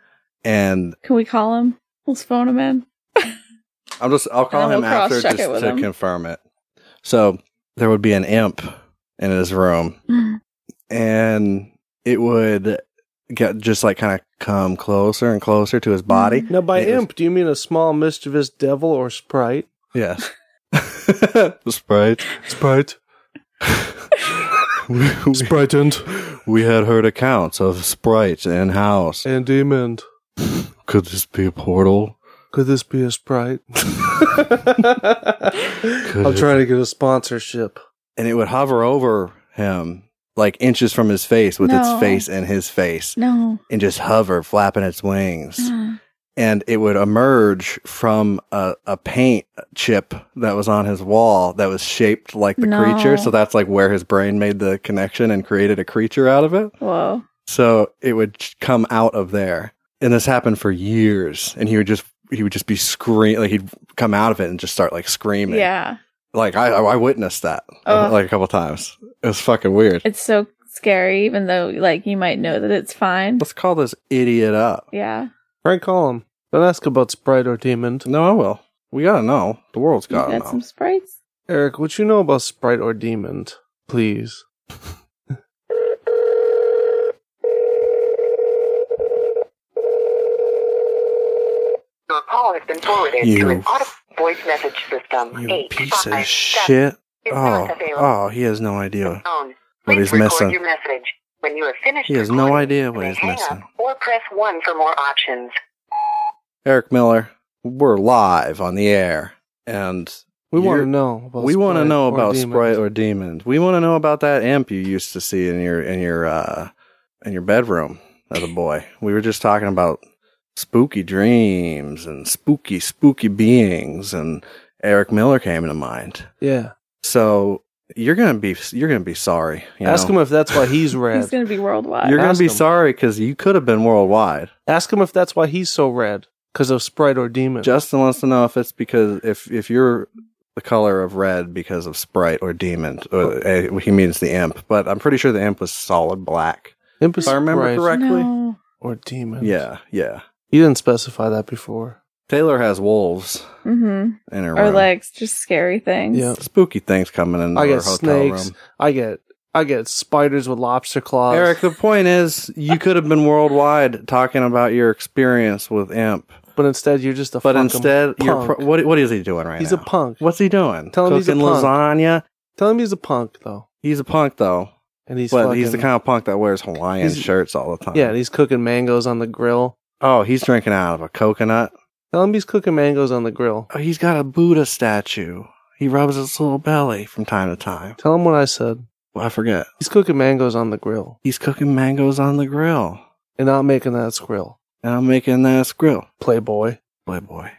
And Can we call him? Let's phone him in. I'm just I'll call And then him we'll after cross-check just it with to him. confirm it. So there would be an imp in his room and it would get just like kind of come closer and closer to his body. Mm. Now, by It was- imp, do you mean a small, mischievous devil or sprite? Yes. Sprite. Sprite. We- Spritened. we had heard accounts of Sprite in house. And demon. Could this be a portal? Could this be a sprite? I'm it- trying to get a sponsorship. And it would hover over him like inches from his face with No. its face in his face No. and just hover, flapping its wings. Mm. and it would emerge from a, a paint chip that was on his wall that was shaped like the No. creature. So that's like where his brain made the connection and created a creature out of it. Whoa. So it would ch- come out of there. And this happened for years. And he would just, he would just be scream like he'd come out of it and just start like screaming. Yeah. Like I, I witnessed that Ugh. like a couple times. It was fucking weird. It's so scary, even though, like, you might know that it's fine. Let's call this idiot up. Yeah. Frank, call him. Don't ask about sprite or demon. No, I will. We gotta know. The world's You gotta got know. some sprites? Eric, what you know about sprite or demon? Please. Your call has been forwarded You to an auto voice message system. You Eight piece of five shit. is Oh, not available. oh, he has no idea. Phone. What he's Please record missing. your message. When you have finished He has no recording, idea you what may he's hang missing. Up or press 1 for more options. Eric Miller, we're live on the air, and We want to You're- know. About we want to Sprite know or about Demon. Sprite or Demon. We want to know about that amp you used to see in your in your uh, in your bedroom as a boy. We were just talking about spooky dreams and spooky spooky beings, and Eric Miller came to mind. Yeah. So you're gonna be you're gonna be sorry. You Ask know? him if that's why he's red. He's going to be worldwide. You're gonna Ask be him. sorry because you could have been worldwide. Ask him if that's why he's so red. Because of Sprite or Demon. Justin wants to know if it's because if if you're the color of red because of Sprite or Demon, Oh. or, uh, he means the imp. But I'm pretty sure the imp was solid black. Imp If I remember Sprite correctly, No. Or Demon. yeah, yeah. You didn't specify that before. Taylor has wolves Mm-hmm. in her Or, room. like, just scary things. Yeah. Spooky things coming in I her get hotel snakes. room. I get I get spiders with lobster claws. Eric, the point is, you could have been worldwide talking about your experience with imp, but instead you're just a but fucking instead, you're punk. pro- what what is he doing right he's now? a punk. What's he doing? Tell him Cooking he's a punk. lasagna. Tell him he's a punk though, He's a punk though. and he's but fucking, he's the kind of punk that wears Hawaiian He's- shirts all the time. yeah. And he's cooking mangoes on the grill. oh, he's drinking out of a coconut. Tell him he's cooking mangoes on the grill. Oh, he's got a Buddha statue. He rubs his little belly from time to time. Tell him what I said. Well, I forget. He's cooking mangoes on the grill He's cooking mangoes on the grill. and not making that squirrel. And I'm making that grill. Playboy, Boy, boy.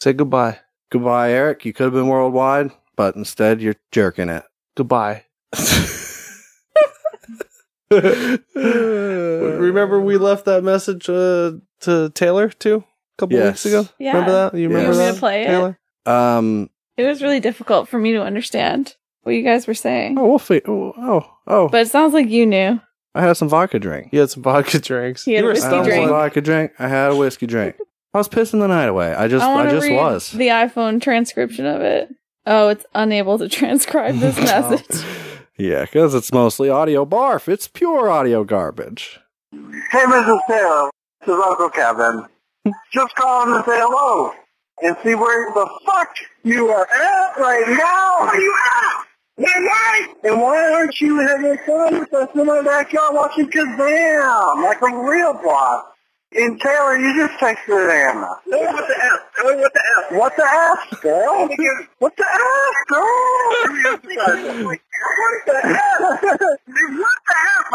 say goodbye. Goodbye, Eric. You could have been worldwide, but instead you're jerking it. Goodbye. Remember, Uh, Remember we left that message uh, to Taylor too a couple Yes. weeks ago. Yeah. Remember that? Yes. You remember You want me that? to play it? Taylor? um, It was really difficult for me to understand what you guys were saying. oh, we'll fi- oh, oh, oh. But it sounds like you knew. I had some vodka drink. You had some vodka drinks. He had you a were whiskey I stoned. had a drink. vodka drink. I had a whiskey drink. I was pissing the night away. I just, I, wanna just read was. the iPhone transcription of it. Oh, it's unable to transcribe this message. yeah, because it's mostly audio barf. It's pure audio garbage. Hey, Mrs. Taylor. This is Uncle Kevin. Just calling to say hello and see where the fuck you are at right now. Are you at? Man, why? And why aren't you having fun with us in my backyard watching Kazam like a real boss? And Taylor, you just texted Anna. No, what the F? No, what the F? What the F, girl? what the F, girl? what the F? Dude, what the F?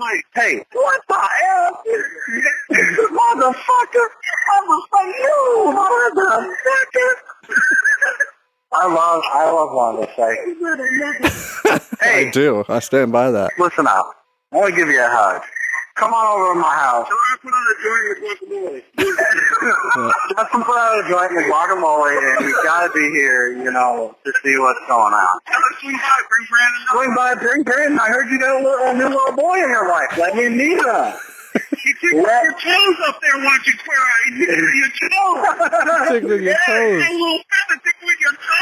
Like, hey, hey, what the F? motherfucker! Motherfucker! You motherfucker! I love, I love Wanda Sykes. hey, I do. I stand by that. Listen up. I want to give you a hug. Come on over to my house. Don't put on a joint with guacamole. Justin put out a joint with guacamole, and we got to be here, you know, to see what's going on. Swing by, bring Brandon. Swing by, bring Brandon. I heard you got a, little, a new little boy in your life. Let me meet him. You took your toes up there, why don't you clear out? You Tickling your toes.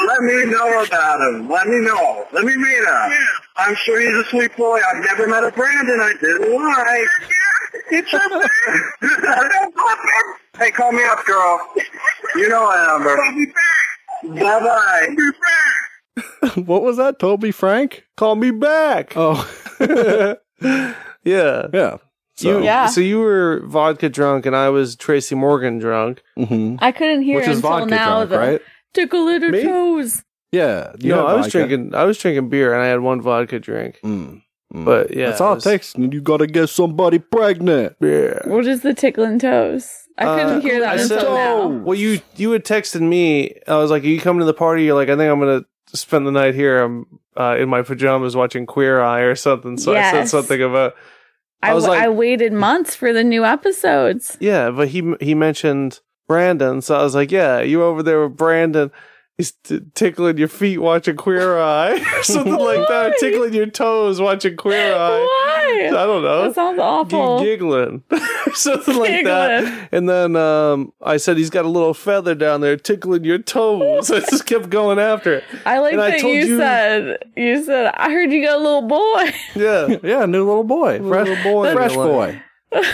Let me know about him. Let me know. Let me meet him. I'm sure he's a sweet boy. I've never met a Brandon I didn't like. It's a Hey, call me up, girl. You know I am, Call me back. Bye-bye. Be back. What was that? Toby Frank? Call me back. Oh, yeah. yeah. So, You, Yeah. So you were vodka drunk and I was Tracy Morgan drunk. mhm. I couldn't hear which is until vodka now drunk, that right? tickle little Me? toes. Yeah. you had no, I was vodka. drinking. I was drinking beer and I had one vodka drink. Mm, mm. But yeah, that's all it it, was- takes. You gotta get somebody pregnant. Yeah. What is the tickling toes? I couldn't Uh, hear that I until said- Oh! now. Well, you you had texted me. I was like, "Are you coming to the party?" You're like, "I think I'm gonna spend the night here. I'm uh, in my pajamas watching Queer Eye or something." So I said Yes. something about I, I was w- like- I waited months for the new episodes. yeah, but he he mentioned Brandon, so I was like, "Yeah, you over there with Brandon." He's t- tickling your feet watching Queer Eye or something like that. Why? Tickling your toes watching Queer Eye. I Why? don't know. That sounds G- awful. giggling, something like that. Giggling. And then um, I said he's got a little feather down there tickling your toes. I just kept going after it. I like And I that told you, you- said you said I heard you got a little boy. Yeah, Yeah, new little boy, fresh Little boy in fresh your life. boy,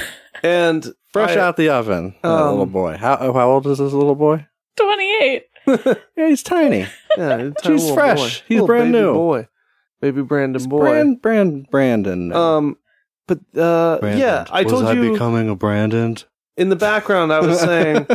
and fresh I- out the oven. that Um, little boy. How oh, how old is this little boy? Twenty eight. Yeah, he's tiny. Yeah, he's a He's little fresh. boy. He's Little brand baby new. boy, baby Brandon boy. Brand, Brand, Brandon. um, but uh, yeah, I told you becoming a Brandon? in the background. I was saying,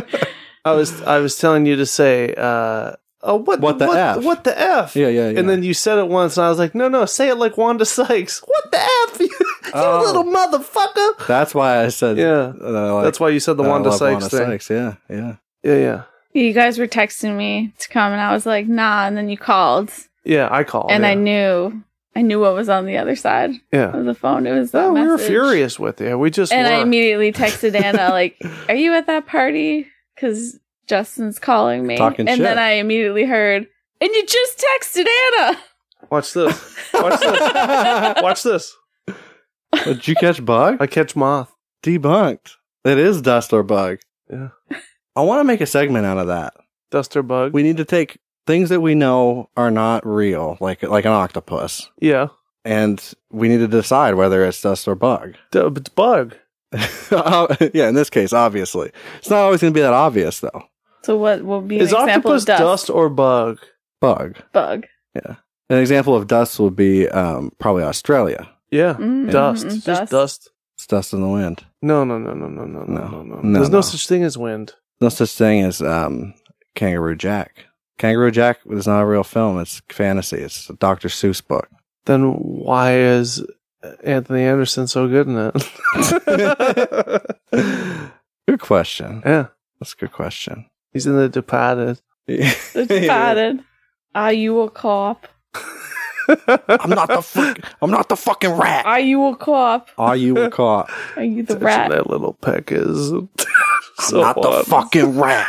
I was I was telling you to say, uh, oh, what What the what, F? What the f? Yeah, yeah, yeah. And then you said it once, and I was like, no, no, say it like Wanda Sykes. What the F? you Oh. little motherfucker. that's why I said. Yeah. that I like- That's why you said the that I Wanda love Sykes Wanda thing. Sykes, Yeah, yeah. Yeah, yeah. You guys were texting me to come, and I was like, nah. And then you called, Yeah, I called. and yeah. I knew, I knew what was on the other side Yeah. of the phone. It was that No, Oh, we were message. furious with you. We just And were. I immediately texted Anna like, "Are you at that party?" Because Justin's calling me. Talking and shit. then I immediately heard, "And you just texted Anna." Watch this. Watch this. Watch this. Did you catch bug? I catch moth. Debunked. It is Dustler bug. Yeah. I want to make a segment out of that. Duster bug. We need to take things that we know are not real, like like an octopus, yeah. and we need to decide whether it's dust or bug. D- but it's bug. yeah, in this case, obviously, it's not always going to be that obvious though. So what will be an Is example octopus of dust, dust. or bug? Bug. bug? An example of dust would be um, probably Australia. Yeah. Mm, Dust. mm, Just dust. dust. It's dust in the wind. No, no, no, no, no, no, No. no, no, No, There's no, no. such thing as wind. No such thing as um, Kangaroo Jack. Kangaroo Jack is not a real film. It's fantasy. It's a Dr. Seuss book. Then why is Anthony Anderson so good in it? Good question. yeah. That's a good question. He's in the departed. It's spotted. Are you a cop? I'm not the fuck. I'm not the fucking rat. Are Ah, you a cop? Are you a cop? Are you the Touching rat? That little peck is so not the hot. fucking rat.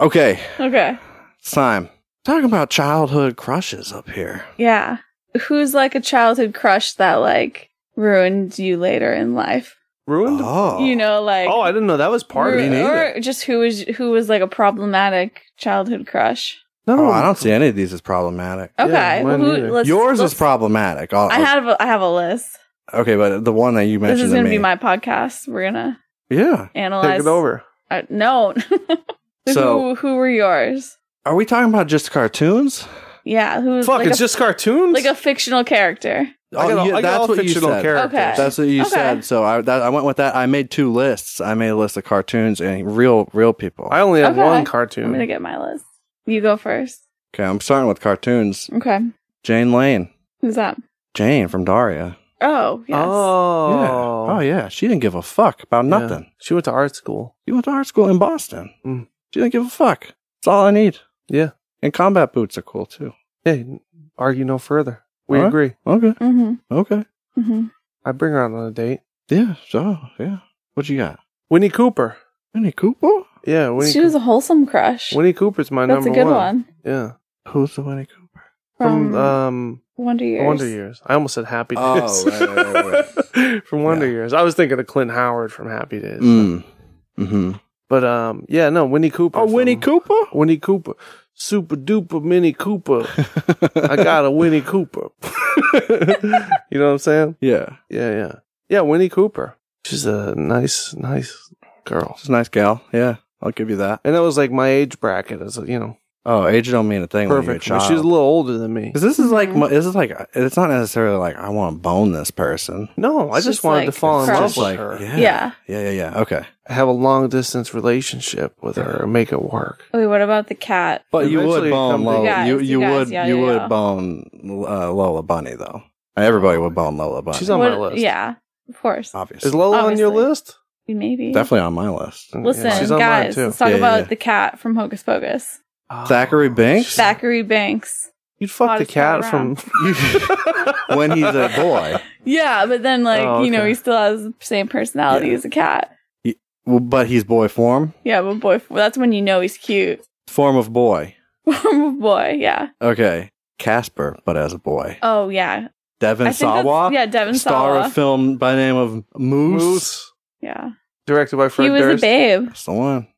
okay, Okay. it's time. Talking about childhood crushes up here. Yeah. Who's like a childhood crush that like ruined you later in life? ruined. Oh. Oh, You know, like I didn't know that was part of ru- Me it. neither. or just who was who was like a problematic childhood crush. No, Oh, I don't see any of these as problematic. Okay, Yeah, well, mine who, neither. let's, Yours let's- is problematic. I'll- Oh. I have a, I have a list. okay, but the one that you mentioned This is to gonna me. be my podcast. We're gonna yeah. analyze. Take it over. Uh, no. So- who who were yours? Are we talking about just cartoons? Yeah, who's Fuck, like it's a, just cartoons. like a fictional character. I got all- Oh, yeah, I got all fictional characters. Okay. That's what you Okay. said. So I that, I went with that. I made two lists. I made a list of cartoons and real real people. I only have Okay. one I'm cartoon. gonna get my list. You go first. okay, I'm starting with cartoons. Okay, Jane Lane, who's up? Jane from Daria. Oh, yes. Oh, Yeah. Oh yeah. She didn't give a fuck about Yeah. nothing. She went to art school. You went to art school in Boston. Mm. She didn't give a fuck. That's all I need. Yeah. And combat boots are cool too. Hey, argue no further. We All right. agree. Okay. Mm-hmm. Okay. Mm-hmm. I bring her out on a date. Yeah. So yeah. What you got? Winnie Cooper. Any Cooper? Yeah, Winnie. She Coo- was a wholesome crush. Winnie Cooper's my That's a number good one. Yeah, Who's the Winnie Cooper? From from um, Wonder Years. Wonder Years. I almost said Happy Days. Oh, right, right, from Wonder Yeah. Years. I was thinking of Clint Howard from Happy Days. Mm. Mm-hmm. But um, yeah, no, Winnie Cooper. Oh, Winnie from- um, Cooper. Winnie Cooper. Super duper Minnie Cooper. I got a Winnie Cooper. you know what I'm saying? Yeah. Yeah, yeah. Yeah, Winnie Cooper. She's a nice, nice girl. She's a nice gal. Yeah. I'll give you that. And that was like my age bracket. As you know, Oh, age don't mean a thing when you're a perfect. But child. She was a little older than me. 'Cause this is like, Mm-hmm. mo- this is like, it's not necessarily like I want to bone this person. No, I It's just, just wanted like to fall in crush. love Just with like, her. yeah, Yeah. yeah, yeah, yeah. Okay, Have a long distance relationship with her and make it work. Wait, what about the cat? but you would Eventually bone come to- Lola. You guys, you you you guys, would yeah, you yeah, would yeah. bone uh, Lola Bunny though. Everybody would bone Lola Bunny. She's on my What- list. Yeah, of course. obviously Is Lola on Obviously. your list? Maybe. Uh, definitely on my list. Listen, Yeah, she's on mine, guys, too. let's talk Yeah, yeah, about yeah. the cat from Hocus Pocus. Oh, Zachary Banks? Thackeray Banks. You'd fuck the Hottest guy cat from. when he's a boy, Yeah, but then like Oh, you know okay. he still has the same personality Yeah. as a cat. Well, but he's boy form, Yeah, but boy, well, that's when you know he's cute. form of boy. boy, yeah. Okay, Casper, but as a boy. Oh yeah. Devin that's- Sawa, yeah, Devin star Sawa. of film by the name of Moose. Moose. yeah, Directed by Fred he was Durst. a babe. That's the one.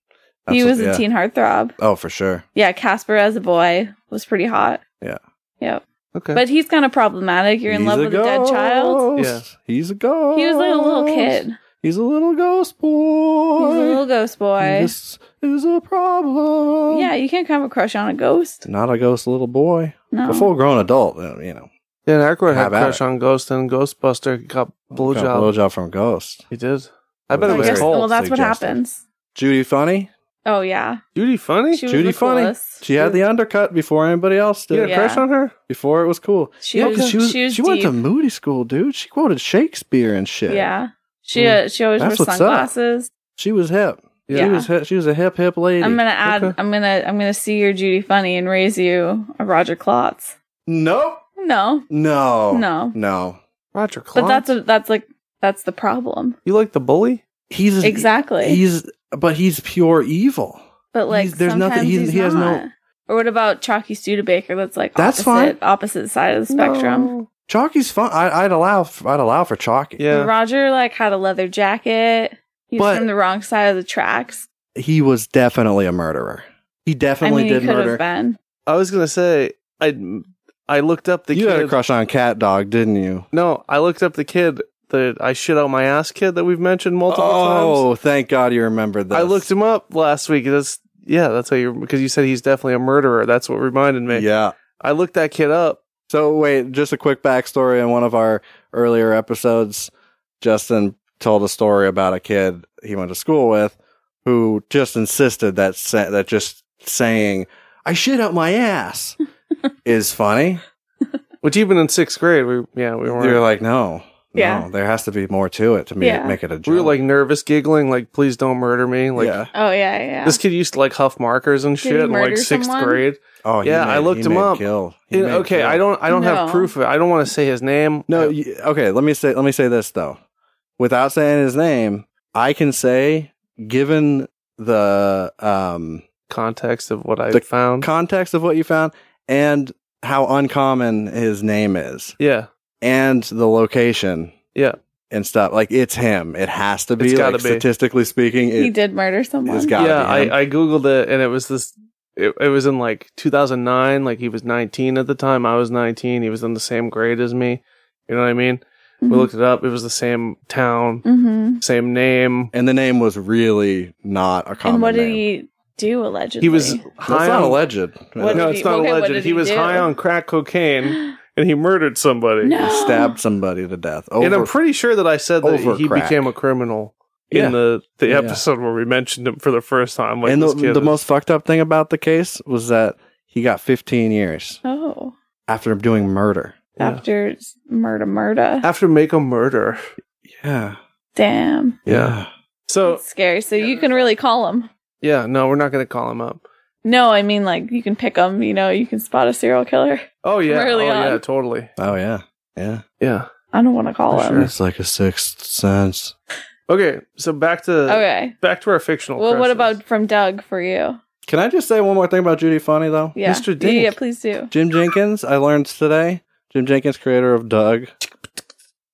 he That's- was yeah. a teen heartthrob. Oh, for sure. Yeah, Casper as a boy was pretty hot. Yeah. Yep. Okay. But he's kind of problematic. You're in He's love with a dead child. ghost. He's a ghost. He was like a little kid. He's a little ghost He's boy. a little ghost boy. This is a problem. Yeah, you can't have a crush on a ghost. Not a ghost little boy. No. A full grown adult, uh, you know. Dan Aykroyd had Have a at crush it. on Ghost and Ghostbuster got Got a blowjob. Blowjob from Ghost. He did. I bet it I was guess- Very cold. well, that's what suggestive. happens. Judy Funny. Oh yeah, Judy Funny? she was Judy the Funny. coolest. She had the undercut before anybody else You did. had a Yeah. crush on her? Before it was cool. She Yeah, was- 'cause she was went to deep. Moody School, dude. She quoted Shakespeare and shit. Hmm. Yeah, she uh, she always That's wore what's up. sunglasses. She was hip. Yeah. She was hip. She was a hip hip lady. I'm gonna add. Okay. I'm gonna. I'm gonna see your Judy Funny and raise you a Roger Klotz. Nope. No, No. No. No. Roger Clark. but that's a. That's like. That's the problem. You like the bully? He's Exactly. He's but he's pure evil. but like, he's- there's nothing- sometimes he's- he's he has no- not. Or what about Chalky Studebaker? That's like That's opposite, opposite side of the spectrum. Chalky's fun. I, I'd allow. I'd allow for Chalky. Yeah. Roger like had a leather jacket. He was But- from the wrong side of the tracks. He was definitely a murderer. He I definitely mean, he did could have murder. been. I was going to say, I I looked up the You kid. had a crush on Cat Dog, didn't you? No, I looked up the kid, the I shit out my ass kid that we've mentioned multiple times. Oh, thank God you remembered this. I looked him up last week. That's yeah, that's how you because you said he's definitely a murderer. That's what reminded me. Yeah. I looked that kid up. So wait, just a quick backstory. In one of our earlier episodes, Justin told a story about a kid he went to school with who just insisted that sa- that just saying "I shit out my ass" is funny. Which even in sixth grade, we yeah we weren't. You're like, no, Yeah. no, there has to be more to it to make, Yeah. make it a joke. we were like nervous, giggling, like please don't murder me. Like yeah. Oh yeah, yeah. this kid used to like huff markers and Did he shit in murder like sixth someone? grade. Oh, he yeah, I made- looked he him made up. Kill. He And- made okay, kill. I don't I don't have No. proof of it. I don't want to say his name. No, I, you, okay. Let me say. Let me say this though, without saying his name, I can say, given the um, context of what I The found. context of what you found and how uncommon his name is yeah, and the location yeah. and stuff, like it's him. It has to be. It's gotta like, be. Statistically speaking, it, he did murder someone. it's got. yeah, be him. I, I googled it and it was this. It, it was in like 2009. Like he was 19 at the time. I was 19. He was in the same grade as me. You know what I mean? Mm-hmm. We looked it up. It was the same town, Mm-hmm. same name. and the name was really not a common And what did name. he do allegedly? He was That's high not on alleged. What no, did it's he- not okay, what alleged. did He, he was do? high on crack cocaine and he murdered somebody. No. He stabbed somebody to death. Over, And I'm pretty sure that I said that Over he crack. became a criminal Yeah. in the, the Yeah. episode where we mentioned him for the first time. Like and this the, kid the is- most fucked up thing about the case was that he got 15 years Oh, after doing murder. Yeah. Uh, after s- murder, murder. after make a murder. Yeah. Damn, Yeah. So That's scary. So you can really call him. yeah, no, we're not going to call him up. No, I mean like you can pick him. You know, you can spot a serial killer. Oh yeah, Early oh yeah, on. totally. Oh, yeah. Yeah. Yeah. I don't want to call him. It's like a sixth sense. Okay, so back to Okay. back to our fictional. Well, crushes. what about from Doug for you? Can I just say one more thing about Judy Funny, though? Yeah, Mr. Yeah, Dink. yeah, please do. Jim Jenkins, I learned today. Jim Jenkins, creator of Doug.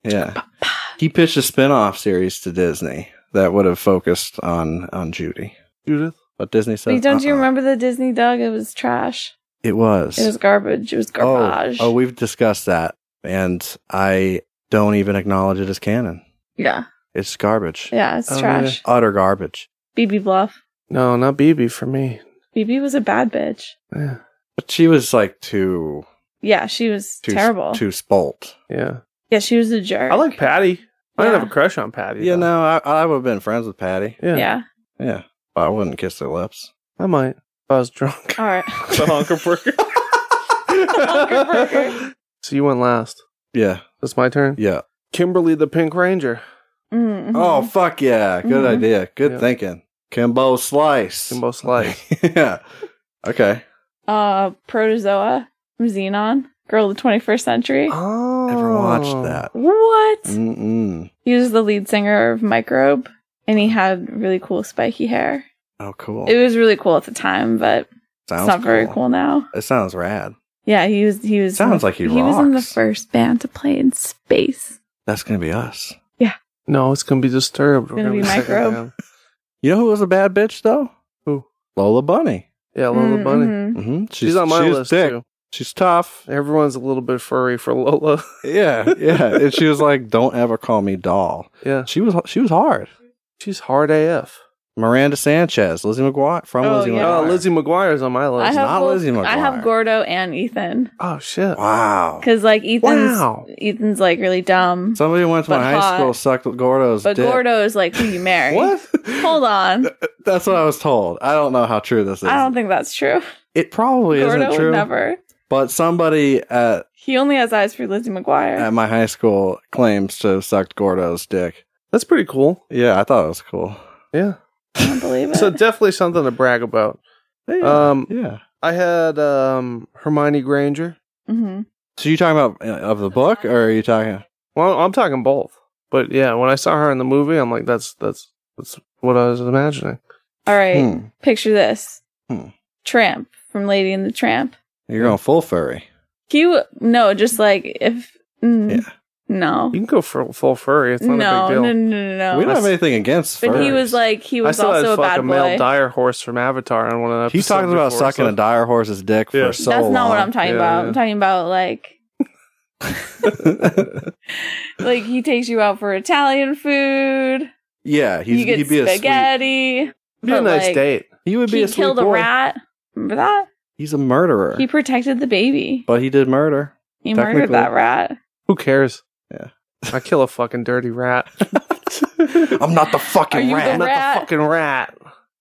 Yeah. He pitched a spin off series to Disney that would have focused on, on Judy. Judith? But Disney said. Wait, don't you "Uh-uh." remember the Disney Doug? It was trash. It was. It was garbage. It was garbage. Oh, oh, we've discussed that. And I don't even acknowledge it as canon. yeah, It's garbage. yeah, it's Oh, trash. Utter garbage. BB Bluff. No, not BB for me. BB was a bad bitch. Yeah. But she was like too, Yeah, she was too terrible. too spoilt. Yeah. yeah, she was a jerk. I like Patty. I don't Yeah. have a crush on Patty. You though. know, I, I would have been friends with Patty. Yeah. Yeah. Yeah, but I wouldn't kiss their lips. I might. If I was drunk. All right. the honker burger. Honkerburger. so you went last. Yeah, That's my turn. yeah. Kimberly the Pink Ranger. Mhm. Oh fuck yeah! Good Mhm. idea. Good Yeah. thinking. Kimbo Slice. Kimbo Slice. yeah. Okay. Uh, Protozoa from Xenon, Girl of the 21st Century. Oh. Never watched that. What? Mm-mm. He was the lead singer of Microbe, and he had really cool spiky hair. Oh, cool. It was really cool at the time, but it's sounds not very cool now. It sounds rad. Yeah, he was. He was. Sounds like he was in the rocks. first band to play in space. That's gonna be us. No, it's gonna be disturbed. We're Gonna be second microbe. down. You know who was a bad bitch though? Who? Lola Bunny. Yeah, Lola Mm, Bunny. mhm. Mm-hmm. She's, on my list too. She's tough. Everyone's a little bit furry for Lola. Yeah, yeah. and she was like, "Don't ever call me doll." yeah, She was she was hard. she's hard AF. Miranda Sanchez, Lizzie McGuire from Oh, Lizzie yeah. McGuire. Oh, Lizzie McGuire's on my I list. have not both- Lizzie I McGuire. have Gordo and Ethan oh shit! Wow. because like Ethan's Wow. Ethan's like really dumb, Somebody went to my But high hot. school sucked Gordo's but dick. Gordo is like who you marry. what? Uh, Hold on, That's what I was told. I don't know how true this is. I don't think that's true. it probably Gordo isn't would true. never. But somebody at He only has eyes for Lizzie McGuire. at my high school claims to have sucked Gordo's dick. That's pretty cool. Yeah, I thought it was cool. Yeah. I don't believe it. So definitely something to brag about. Yeah. Um, yeah. I had um Hermione Granger. hmm So you talking about uh, of the book, or are you talking? Well, I'm talking both. But yeah, when I saw her in the movie, I'm like, that's that's that's what I was imagining. All right, Hmm. picture this: Hmm. Tramp from Lady and the Tramp. You're going full furry. He w- no, just like if mm, Yeah. no, You can go for full furry. It's no, not a big no, no, deal. no, no. we don't have anything against furries. but he was like he was I still also had a fuck bad a male boy. dire horse from Avatar on one of the He's talking about episodes before, sucking so- a dire horse's dick Yeah. for so That's long. not what I'm talking Yeah, about. yeah. I'm talking about like talking. like he takes you out for Italian food. yeah, he's, you get he'd be a sweet. spaghetti. It'd be a but, nice like, date. He would be He a sweet killed a boy. rat. Remember that? He's a murderer, He protected the baby. but he did murder. he murdered technically- that rat. Who cares? Yeah. I kill a fucking dirty rat. I'm not the Are fucking you rat. the Not rat? the fucking rat.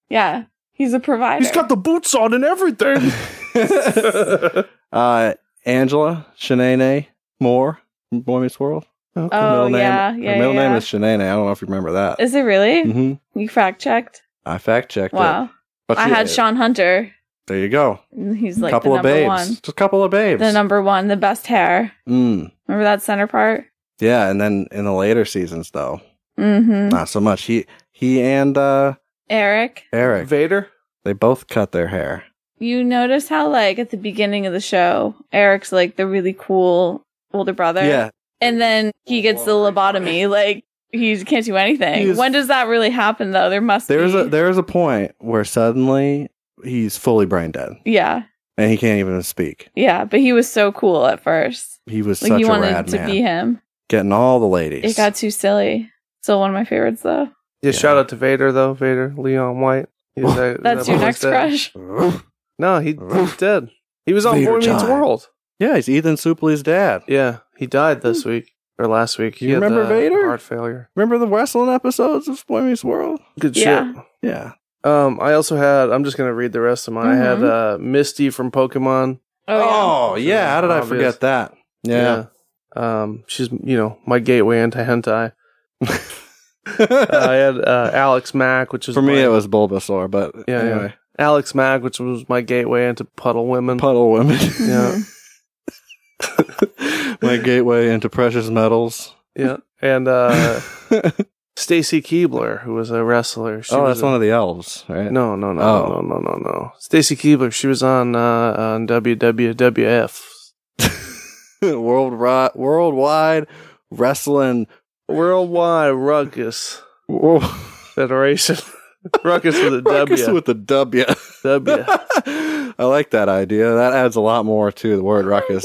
Yeah, he's a provider. He's got the boots on and everything. uh, Angela Shanae Moore, from Boy Meets World. Okay. Oh, middle yeah, name, yeah, Her middle yeah, name yeah. is Shanae. I don't know if you remember that. Is it really? hmm You fact checked? I fact checked it. Wow. But I yeah, had Sean Hunter. There you go. He's like couple the of number babes. one. Just a couple of babes. The number one, the best hair. mm. Remember that center part? Yeah, and then in the later seasons though, Mm-hmm. not so much. He he and uh Eric, Eric, Vader? they both cut their hair. you notice how like at the beginning of the show, Eric's like the really cool older brother. Yeah. And then he gets the lobotomy. Like he can't do anything. He's- when does that really happen though? There must There's be a there's a point where suddenly he's fully brain dead Yeah. and he can't even speak. Yeah. But he was so cool at first. He was Like such you a wanted rad to man. be him. Getting all the ladies. It got too silly. Still one of my favorites though. Yeah, Yeah. shout out to Vader though. Vader, Leon White. He's like, that That's your boy's next dead. crush. No, he, he's dead. He was on Later Boy Meets time. World. Yeah, he's Ethan Supley's dad. Yeah, he died this week or last week. He You had remember the Vader? Heart failure. Remember the wrestling episodes of Boy Meets World? Good Yeah. shit. Yeah. Um, I also had. I'm just gonna read the rest of mine. I had Mm-hmm. uh, Misty from Pokemon. Oh, yeah. yeah. How did I Obvious. forget that? Yeah. Yeah. Um, she's you know my gateway into hentai. Uh, I had uh, Alex Mack, which is For me, my- it was Bulbasaur, but Yeah, yeah. anyway. Alex Mack, which was my gateway into puddle women. Puddle women. yeah, My gateway into precious metals. yeah, and uh, Stacy Keebler, who was a wrestler. She oh, was that's a- one of the elves, right? No, no, no, Oh. no, no, no, no. Stacy Keebler, she was on uh, on WWWF. World ri- worldwide wrestling. Worldwide Ruckus Wor- Federation. Ruckus with a Ruckus W. with the W. W. I like that idea. That adds a lot more to the word ruckus.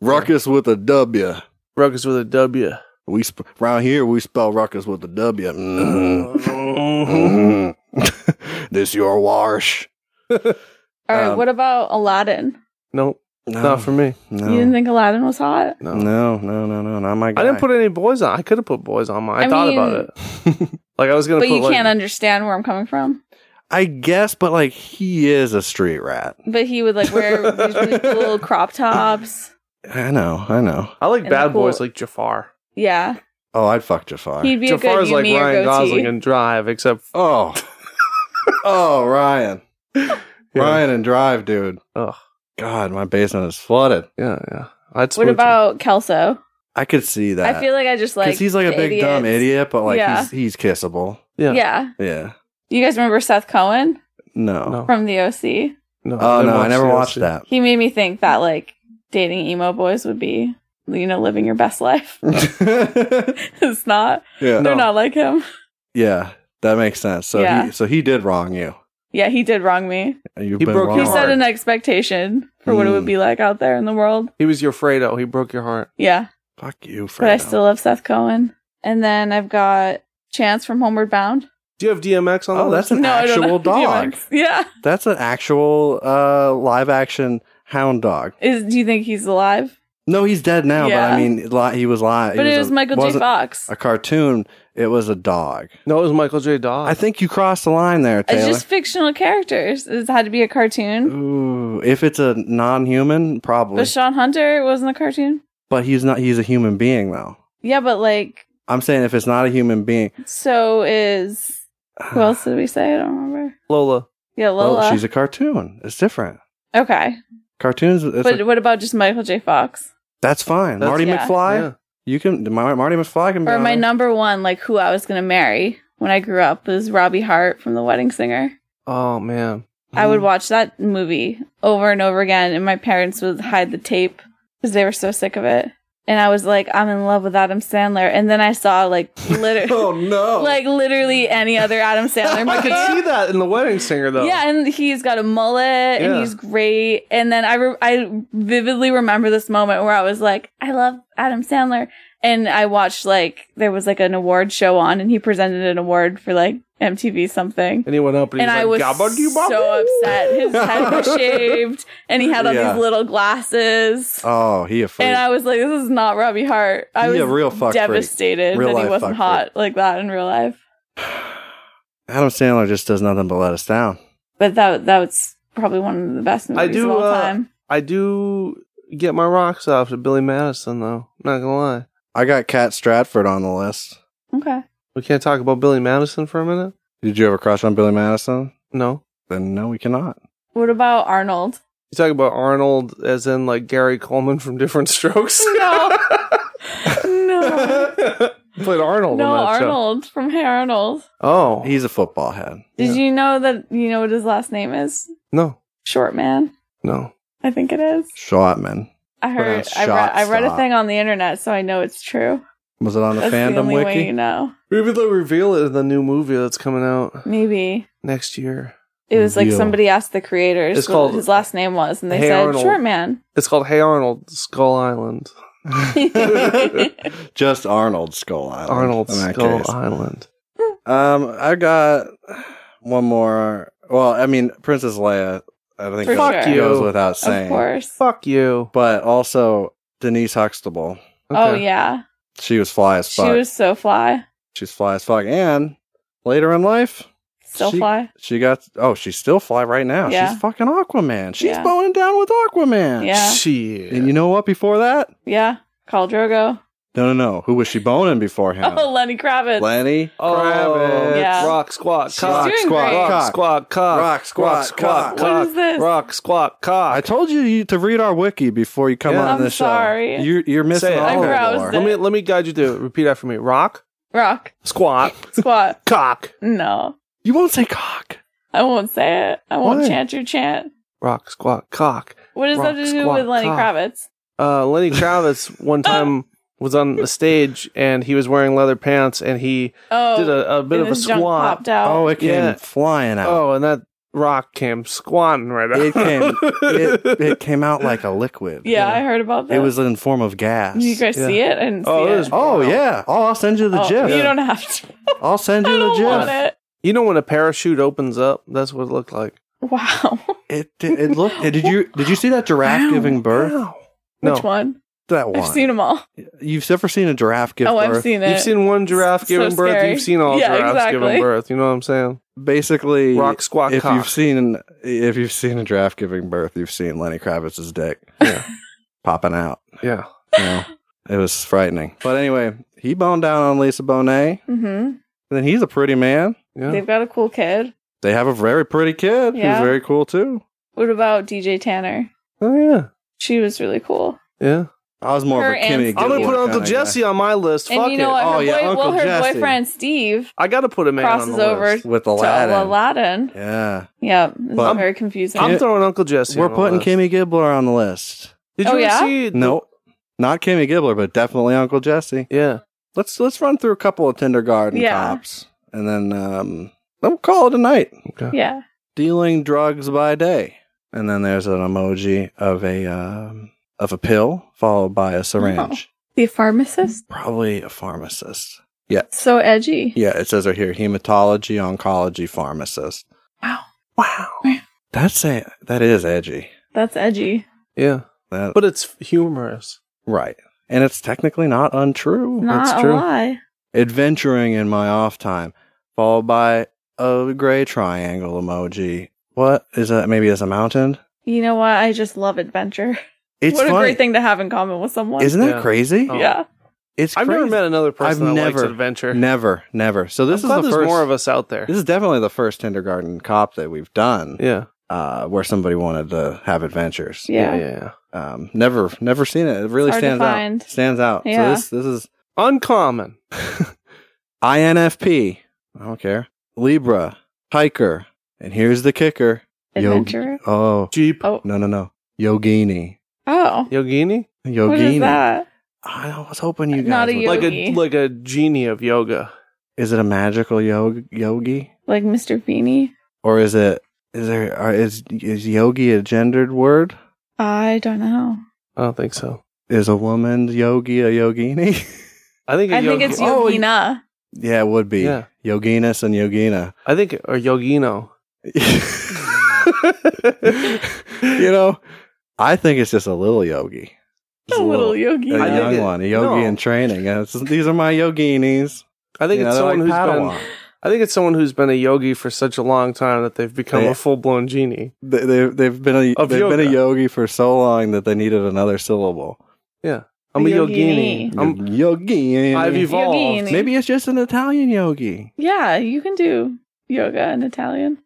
Ruckus with a W. Ruckus with a W. We sp- around here we spell ruckus with a W. Mm. Mm. this your wash. All right. Um, what about Aladdin? Nope, No, not for me. no, You didn't think Aladdin was hot? No. no, no, no, no, not my guy. I didn't put any boys on. I could have put boys on mine. I, I thought mean- about it. like I was gonna But put you like, can't understand where I'm coming from. I guess, but like he is a street rat. But he would like wear these really cool crop tops. I know, I know. I like And bad the cool- boys like Jafar. Yeah, Oh, I'd fuck Jafar. he'd be Jafar a is good like you, me, or Ryan Gosling goatee. in Drive, except oh, oh, Ryan, Ryan and Drive, dude. Ugh. God, my basement is flooded. yeah, yeah. I'd What smooch him. about Kelso? I could see that. I feel like I just like he's like a the big dumb idiots. idiot, but like Yeah. he's he's kissable. yeah, Yeah, Yeah. you guys remember Seth Cohen No. No. from The OC? No, Oh no, I never the watched OC. that. He made me think that like dating emo boys would be you know living your best life. it's not. yeah. They're not like him. Yeah, that makes sense. So Yeah. he so he did wrong you. Yeah, he did wrong me. You've He been broke wrong. your He set Hard. an expectation for what it would Mm. be like out there in the world. He was your Fredo. He broke your heart. Yeah. Fuck you, Fredo. But I still love Seth Cohen. And then I've got Chance from Homeward Bound. Do you have DMX on? the Oh, list? that's an No, I don't actual know. dog. DMX. Yeah. That's an actual uh, live action hound dog. Is do you think he's alive? No, he's dead now, but Yeah. I mean, li- he was live. but it was Michael J. Fox. A cartoon. It was a dog. no, it was Michael J. Dawes. I think you crossed the line there, It's Taylor. just fictional characters. It had to be a cartoon. Ooh, if it's a non-human, probably. But Sean Hunter wasn't a cartoon. But he's not. He's a human being, though. Yeah, but like I'm saying if it's not a human being, so is who else did we say? I don't remember. Lola. Yeah, well, Lola. Oh, she's a cartoon. It's different. okay. Cartoons. It's But a- what about just Michael J. Fox? that's fine. That's- Marty yeah. McFly. Yeah. You can Mar- Marty McFly can be Or on my there. number one, like who I was gonna marry when I grew up was Robbie Hart from The Wedding Singer. Oh man. I Mm. would watch that movie over and over again, and my parents would hide the tape because they were so sick of it. And I was like, I'm in love with Adam Sandler. And then I saw like literally, Oh no! like literally any other Adam Sandler I movie. could see that in The Wedding Singer though. Yeah, and he's got a mullet, and Yeah. he's great. And then I re- I vividly remember this moment where I was like, I love Adam Sandler. And I watched like there was like an award show on, and he presented an award for like MTV something And he went up and, and I he was was like, "Gabba-dee-bop-boo." so upset. His head was shaved, and he had all Yeah. these little glasses. oh, he a freak. and I was like, "This is not Robbie Hart." I He was a real fuck freak. devastated Real that he life wasn't fuck hot like that in real life. Adam Sandler just does nothing but let us down. But that that was probably one of the best movies I do. of all uh, time. I do get my rocks off to Billy Madison though. Not gonna lie. I got Kat Stratford on the list. Okay, We can't talk about Billy Madison for a minute. Did you ever crush on Billy Madison? No. Then no, we cannot. what about Arnold? You talk about Arnold as in like Gary Coleman from Different Strokes. No, no, Played Arnold no, on that show. Arnold from Hey Arnold. Oh, He's a football head. Did you know that you know what his last name is? no, Short man, no. I think it is. Shotman. I heard. Pronounced I read, shot I read a stop. thing on the internet, so I know it's true. Was it on the That's the fandom only way you wiki? know. Maybe they'll reveal it in the new movie that's coming out Maybe next year. it was like Reveal. somebody asked the creators It's what called- his last name was, and they Hey said Arnold. Short Man. It's called Hey Arnold, Skull Island. Just Arnold Skull Island. Arnold in that Skull case. Island. Um, I got one more Well, I mean, Princess Leia, I think For goes, sure. goes without Of saying. course. Fuck you. But also Denise Huxtable, Oh yeah, she was fly as she fuck. was so fly, She's fly as fuck, and later in life, still She- fly. she got oh, she's still fly right now. Yeah. She's fucking Aquaman. She's Yeah. boning down with Aquaman. Yeah, Shit. And you know what? Before that, yeah. Call Drogo. no, no, no. Who was she boning before him? Oh, Lenny Kravitz. Lenny Oh, Kravitz. Yeah. Rock squat She's cock. doing squat, great. rock Cock. squat cock. Rock, squat, rock, squat cock. What is this? Rock squat cock. I told you you- to read our wiki before you come Yeah. on I'm this sorry. show. You're, you're missing Say it. all I of browsed lore. it. let me let me guide you to it. Repeat after me. Rock Rock squat squat. cock. No, You won't say cock. I won't say it. I won't Why? chant your chant. Rock squat cock. What does Rock that have to do squat with Lenny cock. Kravitz? Uh, Lenny Kravitz one Oh. time was on the stage and he was wearing leather pants and he Oh, did a, a bit and of a his junk squat. popped out. Oh, it came Yeah. flying out. Oh, and that rock came squatting right out. It came. it, it came out like a liquid. yeah, I heard about that. It was in form of gas. Did you guys yeah. see it? I didn't Oh, see it it. was- Oh yeah. Oh, I'll send you the Oh, gif. You don't have to. I'll send I you the don't want gif. it. You know when a parachute opens up, that's what it looked like. Wow. It did. It looked. Did you did you see that giraffe Wow. giving birth? No. Which one? That one. I've seen them all. You've ever seen a giraffe give oh, birth? I've seen it. You've seen one giraffe So giving birth, scary. you've seen all Yeah, giraffes giving exactly. birth. You know what I'm saying? Basically, Rock squat if cock. you've seen if you've seen a giraffe giving birth, you've seen Lenny Kravitz's dick Yeah. popping out. yeah. You know? it was frightening. But anyway, he boned down on Lisa Bonet. hmm And then he's a pretty man. Yeah. They've got a cool kid. They have a very pretty kid Yeah. who's very cool too. What about DJ Tanner? oh yeah. She was really cool. Yeah. I was more Her of a Kimmy. and- I'm gonna Gibbler put Uncle kinda guy. Jesse on my list. And Fuck you know it. what? Her Oh, yeah, boy, well, Uncle her Jesse. boyfriend Steve I gotta put a man on crosses the over list. with to Aladdin. Aladdin. Yeah, Yeah, it's But- very confusing. I'm throwing Uncle Jesse. we're on the putting list. Kimmy Gibbler on the list. Did Oh, you yeah? see? the- No, not Kimmy Gibbler, but definitely Uncle Jesse. Yeah. Let's let's run through a couple of kindergarten Yeah. cops, and then um, then we'll call it a night. yeah. Dealing drugs by day, and then there's an emoji of a um, of a pill followed by a syringe, The pharmacist? probably a pharmacist. So edgy. Yeah, it says right here hematology oncology pharmacist. Wow. Wow. That's a that is edgy. That's edgy. Yeah. That But it's humorous. right. And it's technically not untrue. Not That's a true. lie. Adventuring in my off time, followed by a gray triangle emoji. What is that? Maybe it's a mountain. You know what? I just love adventure. It's what a funny. great thing to have in common with someone. Isn't that Yeah. crazy? Oh. yeah. It's I've never crazy. met another person I've that never- likes adventure. Never, never. So this I'm is glad the there's first. more of us out there. This is definitely the first kindergarten cop that we've done, Yeah. uh, where somebody wanted to have adventures. Yeah. Yeah. yeah. Um, never, never seen it. It really Hard to stands find. out. Stands out. So Yeah. this, this is Uncommon. INFP. I don't care. Libra, hiker, and here's the kicker. Yogi- Adventurer. Oh Jeep. Oh. no no no. Yogini. Oh. Yogini? Yogini. What is that? I was hoping you guys. Not a would- yo- Like a Yogi. like a genie of yoga. is it a magical yog- yogi Like Mr. Beanie? or is it? Is there? Are, is is yogi a gendered word? I don't know. I don't think so. Is a woman yogi a yogini? I think a I think yogi- it's Oh, y- Yogina. yeah, it would be. Yeah. Yoginus and yogina. I think or yogino. you know, I think it's just a little yogi. Just a little yogi. a I young think it- one, a yogi no. in training. And it's- these are my yoginis. I think You know, it's they're someone who's been Padawan. I think it's someone who's been a yogi for such a long time that they've become They- a full blown genie. They, they, they've been a Of they've been a yoga. yogi for so long that they needed another syllable. I'm a Yogini. yogini. I'm, yogi. Um, I've evolved. Yogini. Maybe it's just an Italian yogi. Yeah, you can do yoga in Italian.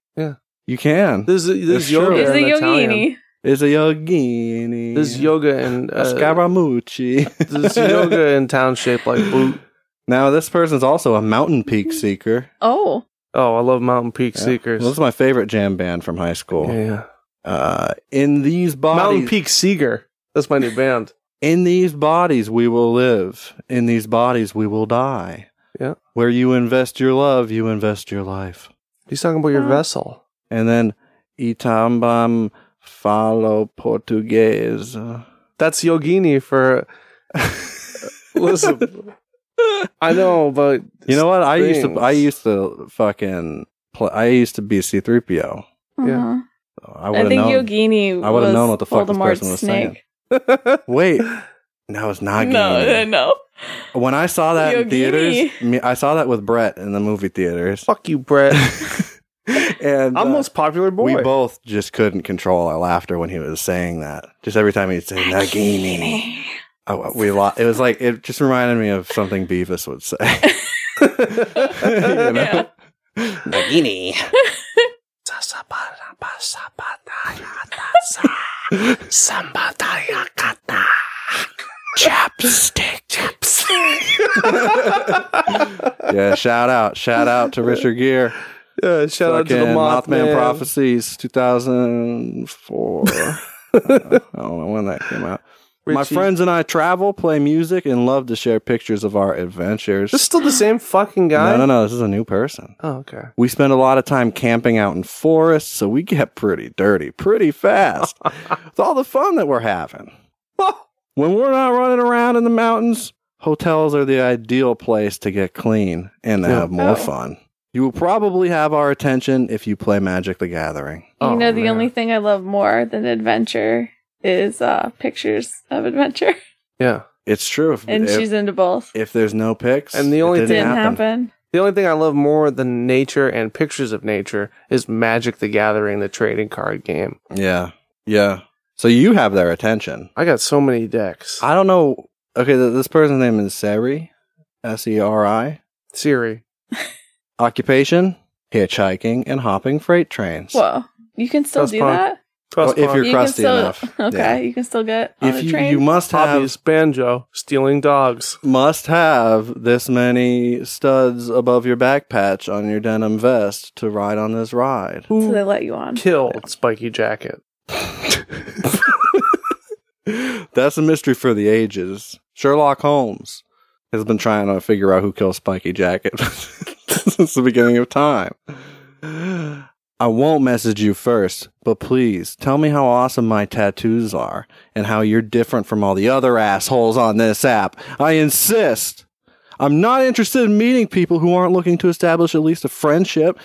You can. There's It's there's true. yoga Is It's it in Italian. Yogini? There's a yogini. There's yoga and a uh, Scaramucci. there's yoga in town shaped like boot. Now this person's also a mountain peak seeker. Oh. Oh, I love Mountain Peak Seekers. Well, this is my favorite jam band from high school. Yeah, yeah. Uh, in these bodies, Mountain Peak Seeker. That's my new band. in these bodies we will live. In these bodies we will die. Yeah. Where you invest your love, you invest your life. He's talking about your Oh. vessel. And then itambam falo portuguese. That's yogini for. uh, Listen, I know, but You know what? I used to Things. I used to fucking pl- I used to be C3PO. Yeah. Uh-huh. I I, would have think known. Yogini I was would've known what the fuck this Voldemort's person was saying. snake. Wait, no, it's not. No, Gaining. no. When I saw that in Yogini. theaters, me- I saw that with Brett in the movie theaters, Fuck you, Brett. and I'm uh, most popular boy. we both just couldn't control our laughter when he was saying that. Just every time he'd say Nagini, oh, we lo- It was like it just reminded me of something Beavis would say. You know? Yeah. Nagini. Chapstick, chapstick. yeah, shout out, shout out to Richard Gere. yeah, Uh, shout out to the Fucking Mothman, Prophecies, two thousand four. I don't know when that came out. My Richie. friends and I travel, play music, and love to share pictures of our adventures. This is still the same fucking guy. No, no, no. This is a new person. Oh, okay. We spend a lot of time camping out in forests, so we get pretty dirty pretty fast with all the fun that we're having. when we're not running around in the mountains, hotels are the ideal place to get clean and to Yeah. have more Oh. fun. You will probably have our attention if you play Magic the Gathering. Oh, you know, the man. only thing I love more than adventure is uh, pictures of adventure, Yeah. It's true. If, and if, she's into both. if there's no pics, And the it only thing- Didn't happen. The only thing I love more than nature and pictures of nature is Magic the Gathering, the trading card game. Yeah, yeah. So you have their attention. I got so many decks. I don't know. Okay, th- this person's name is Seri, S E R I. Siri. Occupation: hitchhiking and hopping freight trains. Whoa, you can still That's do fine. that. Well, Cross if you're You can crusty still, enough, okay, yeah. you can still get on If a you train. you must hobbies, have banjo, stealing dogs. must have this many studs above your back patch on your denim vest to ride on this ride. so they Who let you on. killed Spiky Jacket? That's a mystery for the ages. Sherlock Holmes has been trying to figure out who killed Spiky Jacket since the beginning of time. I won't message you first, but please tell me how awesome my tattoos are and how you're different from all the other assholes on this app. I insist. I'm not interested in meeting people who aren't looking to establish at least a friendship.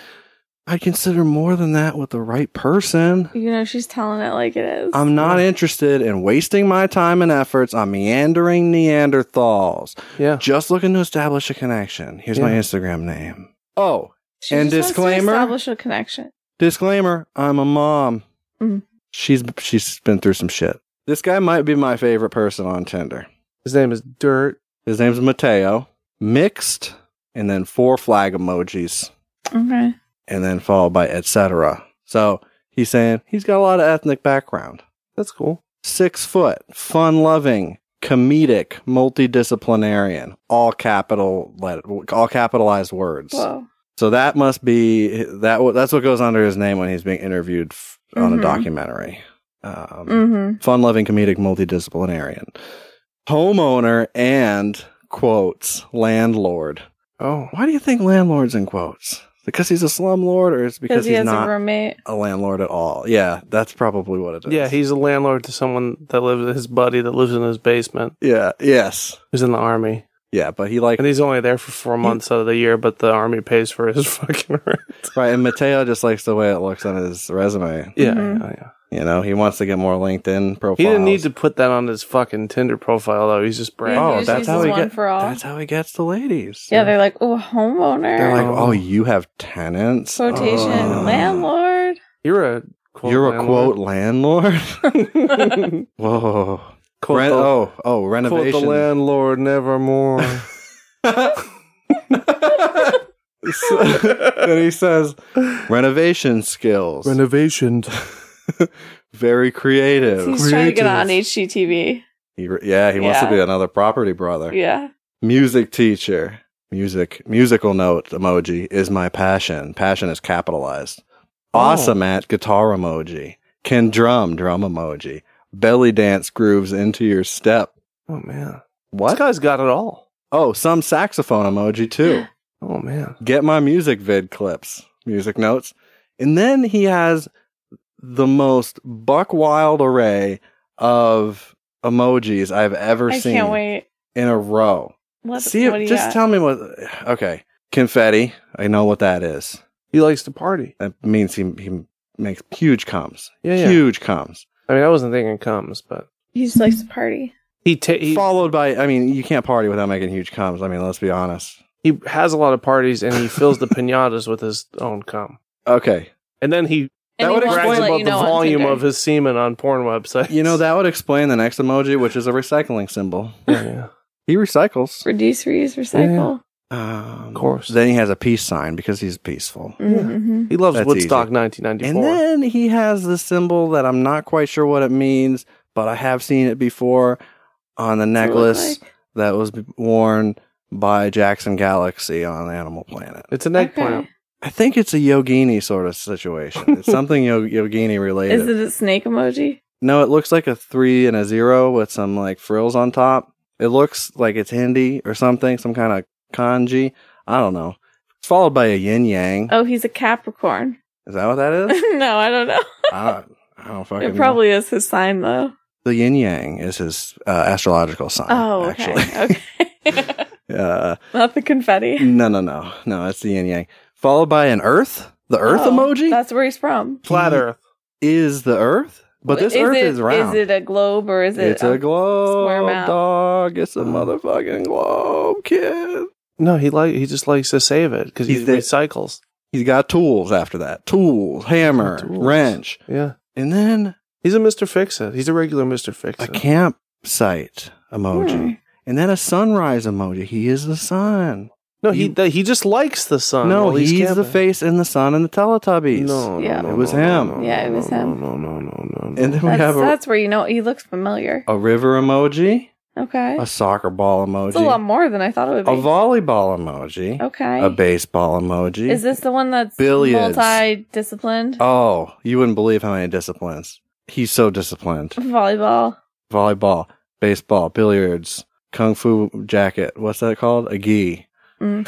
I'd consider more than that with the right person. You know, she's telling it like it is. I'm not interested in wasting my time and efforts on meandering Neanderthals. Yeah. Just looking to establish a connection. Here's my Yeah. Instagram name. Oh, She and just wants to disclaimer? establish a connection. disclaimer, I'm a mom. Mm-hmm. Mm. She's she's been through some shit. This guy might be my favorite person on Tinder. His name is Dirt. His name's Mateo. Mixed and then four flag emojis Okay. and then followed by etc. So, he's saying he's got a lot of ethnic background. That's cool. six foot, fun loving, comedic, multidisciplinarian, all capital let all capitalized words. Whoa. So that must be that. wa- That's what goes under his name when he's being interviewed f- on a Mhm. documentary. Um, Mm-hmm. Fun loving, comedic, multidisciplinarian, homeowner, and quotes landlord. Oh, Why do you think landlords in quotes? Because he's a slumlord, or it's because Because he he's has not a roommate. a landlord at all? Yeah, that's probably what it is. yeah. He's a landlord to someone that lives his buddy that lives in his basement, yeah, yes, who's in the army, yeah. But he like and he's only there for four months out of the year. But the army pays for his fucking rent. Right, and Mateo just likes the way it looks on his resume. Yeah, Mhm. yeah, yeah. You know, he wants to get more LinkedIn profiles. He didn't need to put that on his fucking Tinder profile though. He's just Yeah, brand. he Oh, just that's uses how he one get- for all. That's how he gets the ladies. yeah, they're like, oh, homeowner. They're like, Oh. oh, you have tenants. quotation Oh. landlord. You're a quote You're a landlord. quote landlord. Whoa. Quote Ren- the- oh, oh, quote renovation. the landlord nevermore. and he says, renovation skills. Renovation. Very creative. He's trying to get on HGTV. He re- yeah, he wants to Yeah. be another property brother. Yeah. music teacher music musical note emoji is my passion passion is capitalized Oh. awesome at guitar emoji can drum drum emoji belly dance grooves into your step Oh man, this what guy's got it all. oh some saxophone emoji too Oh man, get my music vid clips music notes and then he has the most buck wild array of emojis i've ever I seen can't wait. in a row Let, See, what do you just got? tell me what. Okay, confetti. I know what that is. he likes to party. That means he he makes huge comms. Yeah, yeah. Huge comms. I mean, I wasn't thinking comes, but He just likes to party. he ta- he, Followed by, I mean, you can't party without making huge comms. I mean, let's be honest. he has a lot of parties and he fills the pinatas with his own cum. Okay. And then he And That would he wants to explain brags let about you the know on volume Tinder. of his semen on porn websites. You know, that would explain the next emoji, which is a recycling symbol. Yeah, yeah. He recycles. reduce, reuse, recycle. Um, of course. Then he has a peace sign because he's peaceful. hmm He loves That's Woodstock easy. 1994. And then he has the symbol that I'm not quite sure what it means, but I have seen it before on the necklace that was worn by Jackson Galaxy on Animal Planet. it's an eggplant. I think it's a yogini sort of situation. It's something yo- yogini related. Is it a snake emoji? no, it looks like a three and a zero with some like frills on top. It looks like it's Hindi or something, some kind of kanji. I don't know. It's followed by a yin yang. Oh, he's a Capricorn. Is that what that is? no, I don't know. I, don't, I don't fucking It know. probably is his sign though. The yin yang is his uh, astrological sign. Oh, okay. actually. okay. uh, Not the confetti. no, no, no, no. It's the yin yang, followed by an earth. The earth Oh, emoji That's where he's from. Flat Earth. is the earth, but this Is earth it- is round. Is it a globe or is it? it's a globe, mouth? dog. It's a motherfucking globe, kid. No, he like he just likes to save it because he He's the- recycles. He's got tools after that. Tools, hammer, Tools. wrench, Yeah, and then he's a Mister Fix It. He's a regular Mister Fix a It. campsite emoji, Hmm. and then a sunrise emoji. He is the sun. No, he You- that he just likes the sun. No, while he's, the camping. face in the sun and the Teletubbies. No, no, Yeah. no, It was no, no, him. no, Yeah, it no, was no, him. No, no, no, no, no. And then we That's, have a, that's where you know he looks familiar. a river emoji, Okay, Oh, a soccer ball it's a lot emoji, more than I thought it would a be. volleyball emoji, okay, a baseball emoji. is this the one that's Billiards. multi-disciplined? Oh, you wouldn't believe how many disciplines. He's so disciplined. Volleyball, Volleyball, baseball, billiards, kung fu jacket. What's that called? A gi. Mm.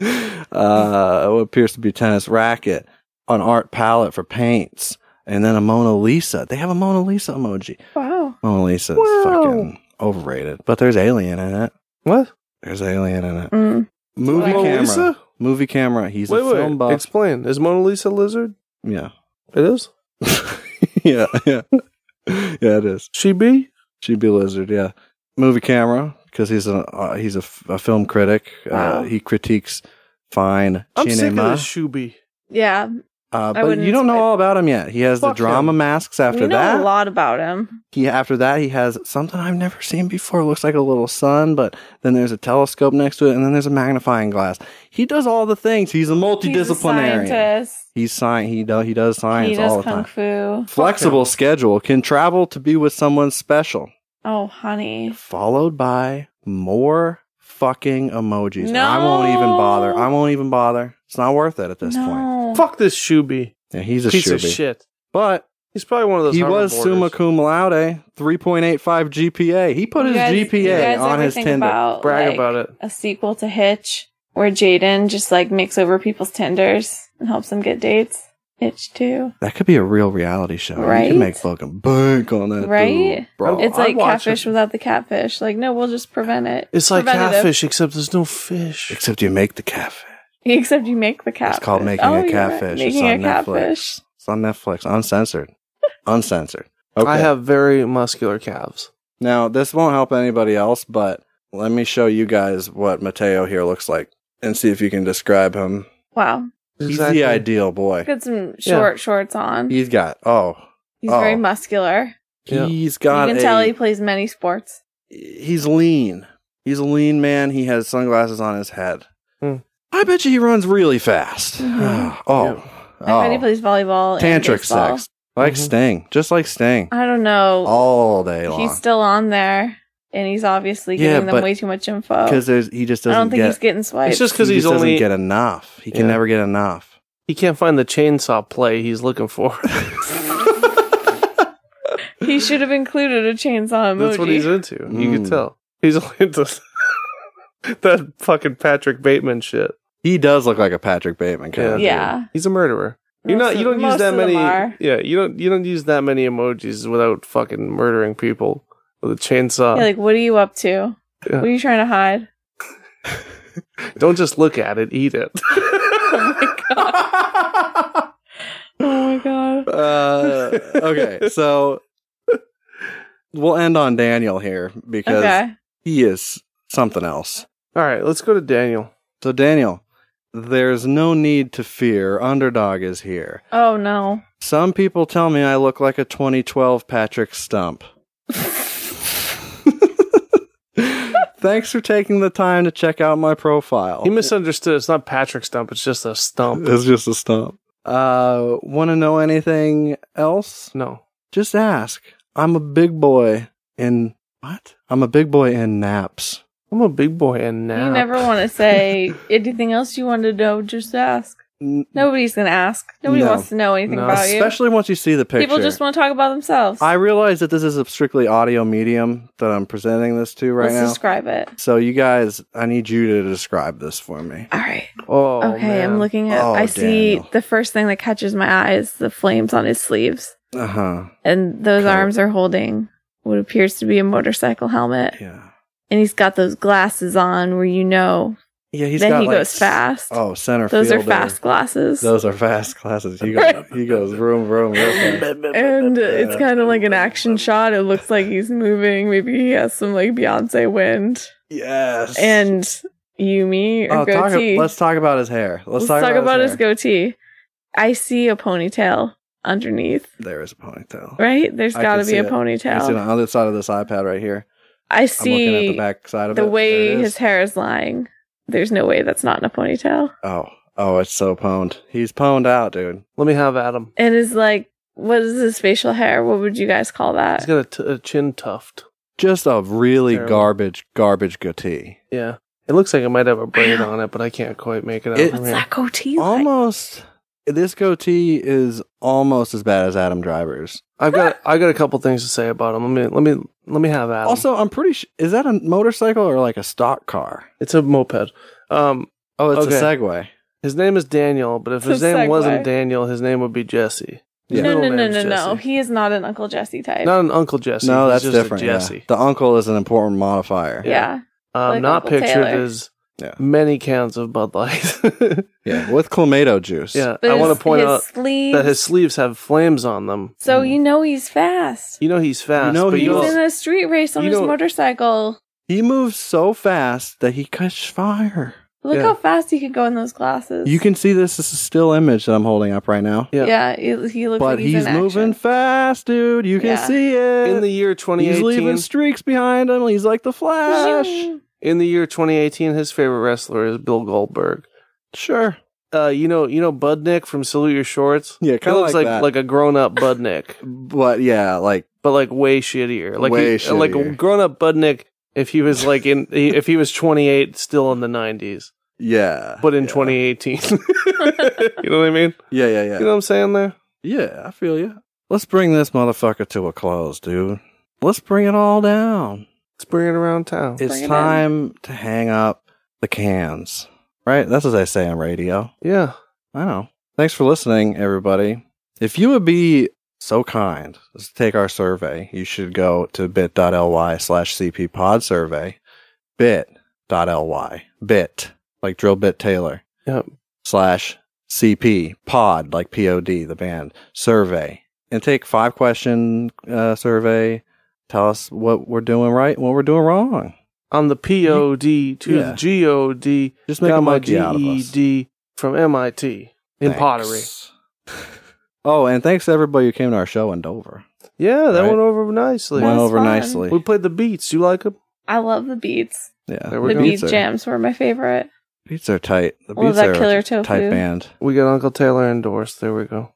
uh, what appears to be tennis racket, an art palette for paints, and then a Mona Lisa. They have a Mona Lisa emoji. wow, Mona Lisa is Wow. fucking overrated, but there's alien in it. What? There's alien in it. Mm. Movie Mona camera. Lisa? Movie camera. He's wait, a film wait. buff. Explain. Is Mona Lisa a lizard? yeah. It is. yeah. Yeah. Yeah. It is. She be. She'd be lizard. Yeah. Movie camera because he's a uh, he's a, f- a film critic. Wow. Uh, he critiques fine I'm sick of cinema. this Shubi. yeah, uh, I but wouldn't you don't know expect- all about him yet. He has the Fuck drama him. masks. After we know that, a lot about him. he after that he has something I've never seen before. It looks like a little sun, but then there's a telescope next to it, and then there's a magnifying glass. He does all the things. He's a He's a multidisciplinary. scientist. He's science. He does. He does science He all does the kung time. fu. Flexible schedule can travel to be with someone special. Oh, honey. Followed by more fucking emojis. And I won't even No. bother. I won't even bother. It's not worth it at this point. no. Fuck this Shubi. Yeah, he's a Piece of shooby. shit. But He's probably one of those. he was hoverboarders. summa cum laude, three point eight five GPA. He put You his guys- you GPA guys on ever his think Tinder. about, Brag like, about it. a sequel to Hitch where Jaden just like makes over people's Tinders and helps them get dates. Hitch too. That could be a real reality show. You Right? could make fucking bank on that. Right? dude, bro. it's I'd like watch catfish it. without the catfish. Like, no, we'll just prevent it. It's like Preventative. catfish, except there's no fish. Except you make the catfish. Except you make the catfish. Oh, called Making a you're Catfish. It's Making on a Netflix. catfish. It's on Netflix. Uncensored. Uncensored. Okay. I have very muscular calves. Now, this won't help anybody else, but let me show you guys what Mateo here looks like and see if you can describe him. Wow. He's the ideal boy. Got some short shorts on. He's got, oh, He's very oh. muscular. Yeah. he's got you can a- tell he plays many sports. he's lean. He's a lean man. He has sunglasses on his head. Hmm. I bet you he runs really fast. Mhm. oh, I bet he oh. plays volleyball. and tantric baseball. sex. Like Mhm. Sting. Just like Sting. I don't know. All day long. He's still on there, and he's obviously Yeah, giving them but- way too much info. Because there's he just I doesn't don't think get. he's getting swiped. It's just because he he's just only doesn't get enough. He can Yeah. never get enough. he can't find the chainsaw play he's looking for. he should have included a chainsaw emoji. That's what he's into. You can Mm. tell he's only into that fucking Patrick Bateman shit. He does look like a Patrick Bateman character. Yeah. He's a murderer. You Most not you of- don't use most that of them many. are. Yeah, you don't you don't use that many emojis without fucking murdering people with a chainsaw. Yeah, like, what are you up to? Yeah. What are you trying to hide? don't just look at it, eat it. Oh my god. Oh my god. Uh, okay, so we'll end on Daniel here because Okay. he is something else. All right, let's go to Daniel. So, Daniel, there's no need to fear. Underdog is here. Oh no. Some people tell me I look like a 2012 Patrick Stump. Thanks for taking the time to check out my profile. He misunderstood. It's not Patrick Stump. It's just a stump. it's just a stump. Uh, want to know anything else? No. Just ask. I'm a big boy in what? I'm a big boy in naps. I'm a big boy and now. You never want to say anything else you want to know. Just ask. N- Nobody's gonna ask. Nobody No. wants to know anything No. about you. Especially once you see the picture. People just want to talk about themselves. I realize that this is a strictly audio medium that I'm presenting this to right Let's now. describe it. so you guys, I need you to describe this for me. All right. Oh, okay. I'm man. looking at. Oh, I see Daniel. the first thing that catches my eye is the flames on his sleeves, Uh huh. and those Cool. arms are holding what appears to be a motorcycle helmet, Yeah. and he's got those glasses on where you know. Yeah. He's then got he like, goes fast. Oh, center. those are fielder. fast glasses. Those are fast classes. He goes. he goes. Room. Room. Real fast. and it's kind of like an action shot. It looks like he's moving. Maybe he has some like Beyonce wind. Yes. And Yumi or oh, talk, goatee. let's talk about his hair. Let's, Let's talk, about, his, hair. goatee. I see a ponytail underneath. There is a ponytail. Right? There's I got to can be a see it. It's on the ponytail. other side of this iPad right here. I'm I looking at see the back side the, of it. There way it is. his hair is lying. There's no way that's not in a ponytail. Oh, oh, it's so pwned. He's pwned out, dude. Let me have Adam. And is like, what is his facial hair? What would you guys call He's that? got a, t- a chin tuft. Just a really Terrible. garbage, garbage goatee. Yeah. It looks like it might have a braid on it, but I can't quite make it out. It- from What's here. that goatee like? Almost. This goatee is almost as bad as Adam Driver's. I've got I got a couple things to say about him. Let me let me let me have Adam. Also, I'm pretty sure is that a motorcycle or like a stock car? it's a moped. Um, Oh, it's Okay. a Segway. his name is Daniel, but if It's his a name Segway. wasn't Daniel, his name would be Jesse. His No, middle no, no, name's no, no. Jesse. He is not an Uncle Jesse type. Not an Uncle Jesse. no, he's that's just a different. yeah. Jesse. The uncle is an important modifier. yeah. Um, Like not Uncle pictured Taylor. as Yeah. many cans of Bud Light. Yeah, with clamato juice. yeah, But I his- want to point his out sleeves. that his sleeves have flames on them. so you know he's fast. You know he's fast, know but he you He's Mm. know- in a street race on you his know- motorcycle. He moves so fast that he catches fire. Look Yeah. how fast he could go in those glasses. You can see this is a still image that I'm holding up right now. Yeah. Yeah, he, he looks but like he's, he's, in moving action. fast, dude. You can Yeah. see it. in the year he's 2018. leaving streaks behind him. He's like the Flash. Zoom. in the year 2018, his favorite wrestler is Bill Goldberg. sure. Uh, you know, you know Budnick from Salute Your Shorts. Yeah, He kind of looks like that. like a grown up Budnick, but yeah, like but like way shittier. Like Way he- like a shittier. grown up Budnick if he was like in he- if he was 28 still in the 90s, yeah. but in yeah. 2018. you know what I mean? Yeah, yeah, yeah. You know what I'm saying there? yeah, I feel you. Let's bring this motherfucker to a close, dude. Let's bring it all down. Let's bring it around town. It's Bring it in. time to hang up the cans. Right? That's what I say on radio. yeah. I know. Thanks for listening, everybody. If you would be so kind as to take our survey, you should go to bit.ly slash cppod survey. Bit.ly. Bit. Like Drill Bit Taylor. Yep. Slash CP pod, like POD, the band. Survey. And take five question uh, survey. Tell us what we're doing right, what we're doing wrong. On the POD to Yeah. the GOD. Just make got a my monkey out of us. GED E from MIT in Thanks. pottery. Oh, and thanks to everybody who came to our show in Dover. Yeah, that Right. went over nicely. That Went was over fun. nicely. We played the beats. You like them? I love the beats. yeah, There we The go. beats are- jams were my favorite. Beats are tight. The Well, beats that are Killer a Tofu. tight band. We got Uncle Taylor endorsed. There we go.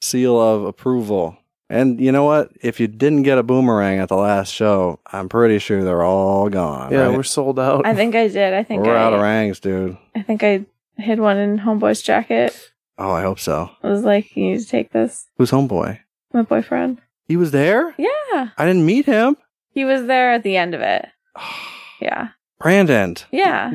Seal of approval. And you know what? If you didn't get a boomerang at the last show, I'm pretty sure they're all gone. yeah, right? we're sold out. I think I did. I think We're I, out of rangs, dude. I think I hid one in Homeboy's jacket. Oh, I hope so. I was like, "You need to take this." Who's homeboy? My boyfriend. He was there. Yeah, I didn't meet him. he was there at the end of it. Yeah, Brandon, yeah,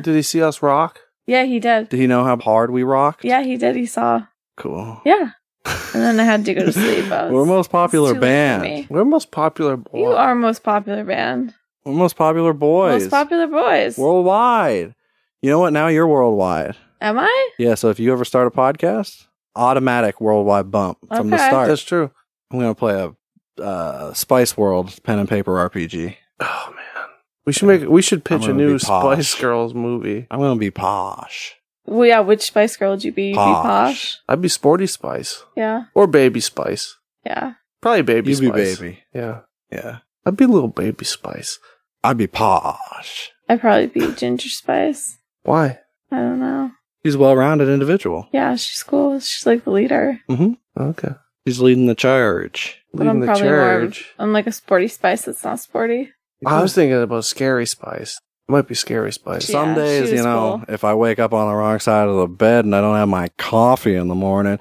Did he see us rock? yeah. He did. did he know how hard we rocked? Yeah, he did. He saw. Cool. Yeah, and then I had to go to sleep. I was, We're most it's popular too late for band. me. We're most popular. You blog. are most popular band. We're most popular boys. Most popular boys. worldwide. You know what? Now you're worldwide. Am I? Yeah. So if you ever start a podcast, automatic worldwide bump from the Okay. start. That's true. I'm gonna play a uh, Spice World pen and paper RPG. Oh man, we should make we should I'm pitch a gonna new be posh. Spice Girls movie. I'm gonna be posh. Well, yeah, which Spice Girl would you be? You'd be Posh. posh. I'd be Sporty Spice Yeah, or Baby Spice. yeah. Probably Baby You be Spice. baby. Yeah, Yeah, I'd be little Baby Spice. I'd be posh. I'd probably be Ginger Spice. Why? I don't know. She's a well-rounded individual. Yeah, she's cool. She's like the leader. Okay, She's leading the charge. But I'm leaving the probably more of, church. I'm like a sporty spice that's not sporty. I was thinking about Scary Spice. It might be Scary Spice. Yeah, Some days, she you was know, cool. if I wake up on the wrong side of the bed and I don't have my coffee in the morning,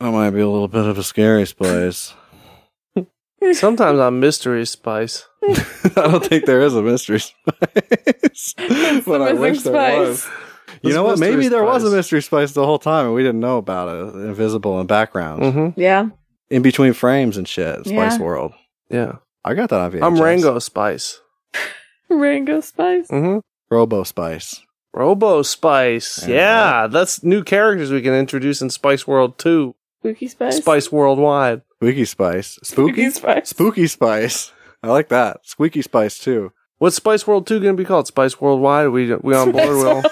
I might be a little bit of a scary spice. Sometimes I'm Mystery Spice. I don't think there is a mystery spice. but I Missing wish there was. You It's know what? Mystery Maybe there was a Spice. mystery spice the whole time and we didn't know about it. Invisible in background, Mm-hmm. Yeah. in between frames and shit. Spice Yeah. World. Yeah, I got that on VHS. I'm Rango Spice. Rango spice. Mm-hmm. Robo Spice. Robo Spice. Yeah. Yeah. that's new characters we can introduce in Spice World 2. Spooky spice. Spice Worldwide. Spooky Spice. Spooky? Spooky spice. Spooky Spice. I like that. Squeaky Spice, too. What's Spice World 2 going to be called? Spice Worldwide? we, we on board, Will?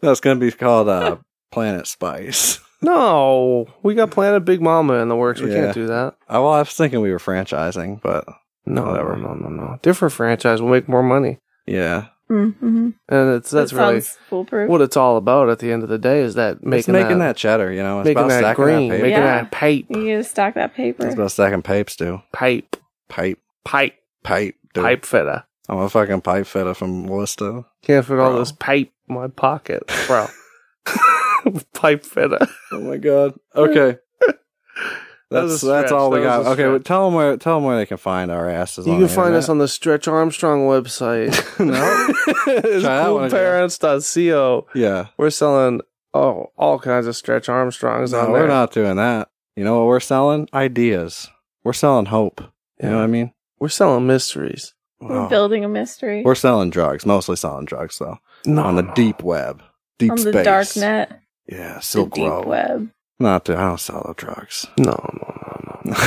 That's going to be called uh, Planet Spice. No. We got Planet Big Mama in the works. We Yeah. can't do that. I, well, I was thinking we were franchising, but No, Whatever. no, no, no, no. Different franchise will make more money. yeah. Mm-hmm. And it's that's really foolproof. what it's all about at the end of the day is that Making, making, it's making that, that, cheddar, you know. It's making about that stacking green, that paper. making Yeah. that pipe, You need to stack that It's paper. about stacking papes, too. pipe, Pipe. pipe, Pipe, dude. pipe fitter. I'm a fucking pipe fitter from Worcester. Can't fit all Bro. this pipe in my pocket, bro. pipe fitter. Oh my god. Okay. That was That's a that's stretch. all we That was got. a Okay, well, stretch. tell them where tell them where they can find our asses. You on can the find us internet. on the Stretch Armstrong website. No? it's Try that one again. coolparents.co. Yeah, We're selling oh all kinds of Stretch Armstrongs no, on we're there. not doing that. You know what we're selling? Ideas. We're selling hope. You Yeah. know what I mean? We're selling mysteries. We're Oh. building a mystery. We're selling drugs, mostly selling drugs though, No, on the no. deep web, deep on space, the dark net, Yeah, the Silk deep Road. web. Not to, I don't sell the drugs. No, no, no,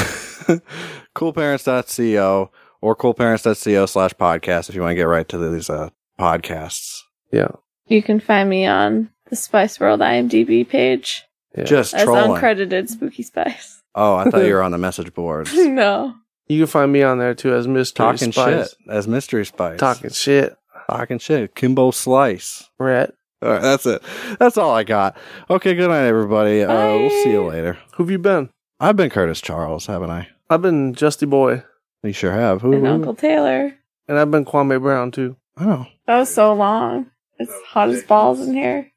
no. coolparents.co or coolparents.co slash podcast if you want to get right to these uh, podcasts. Yeah, You can find me on the Spice World IMDb page yeah. Just as trolling. uncredited Spooky Spice. Oh, I thought you were on the message boards. no. you can find me on there too as Mystery Talking Spice. shit as Mystery Spice. Talking shit. Talking shit. Kimbo Slice. Rat. All right, that's it. That's all I got. Okay, good night, everybody. Uh, we'll see you later. Who've you been? I've been Curtis Charles, haven't I? I've been Justy Boy, You sure have. Who? And who- Uncle Taylor. and I've been Kwame Brown too. Oh. That was so long. It's hot as balls in here.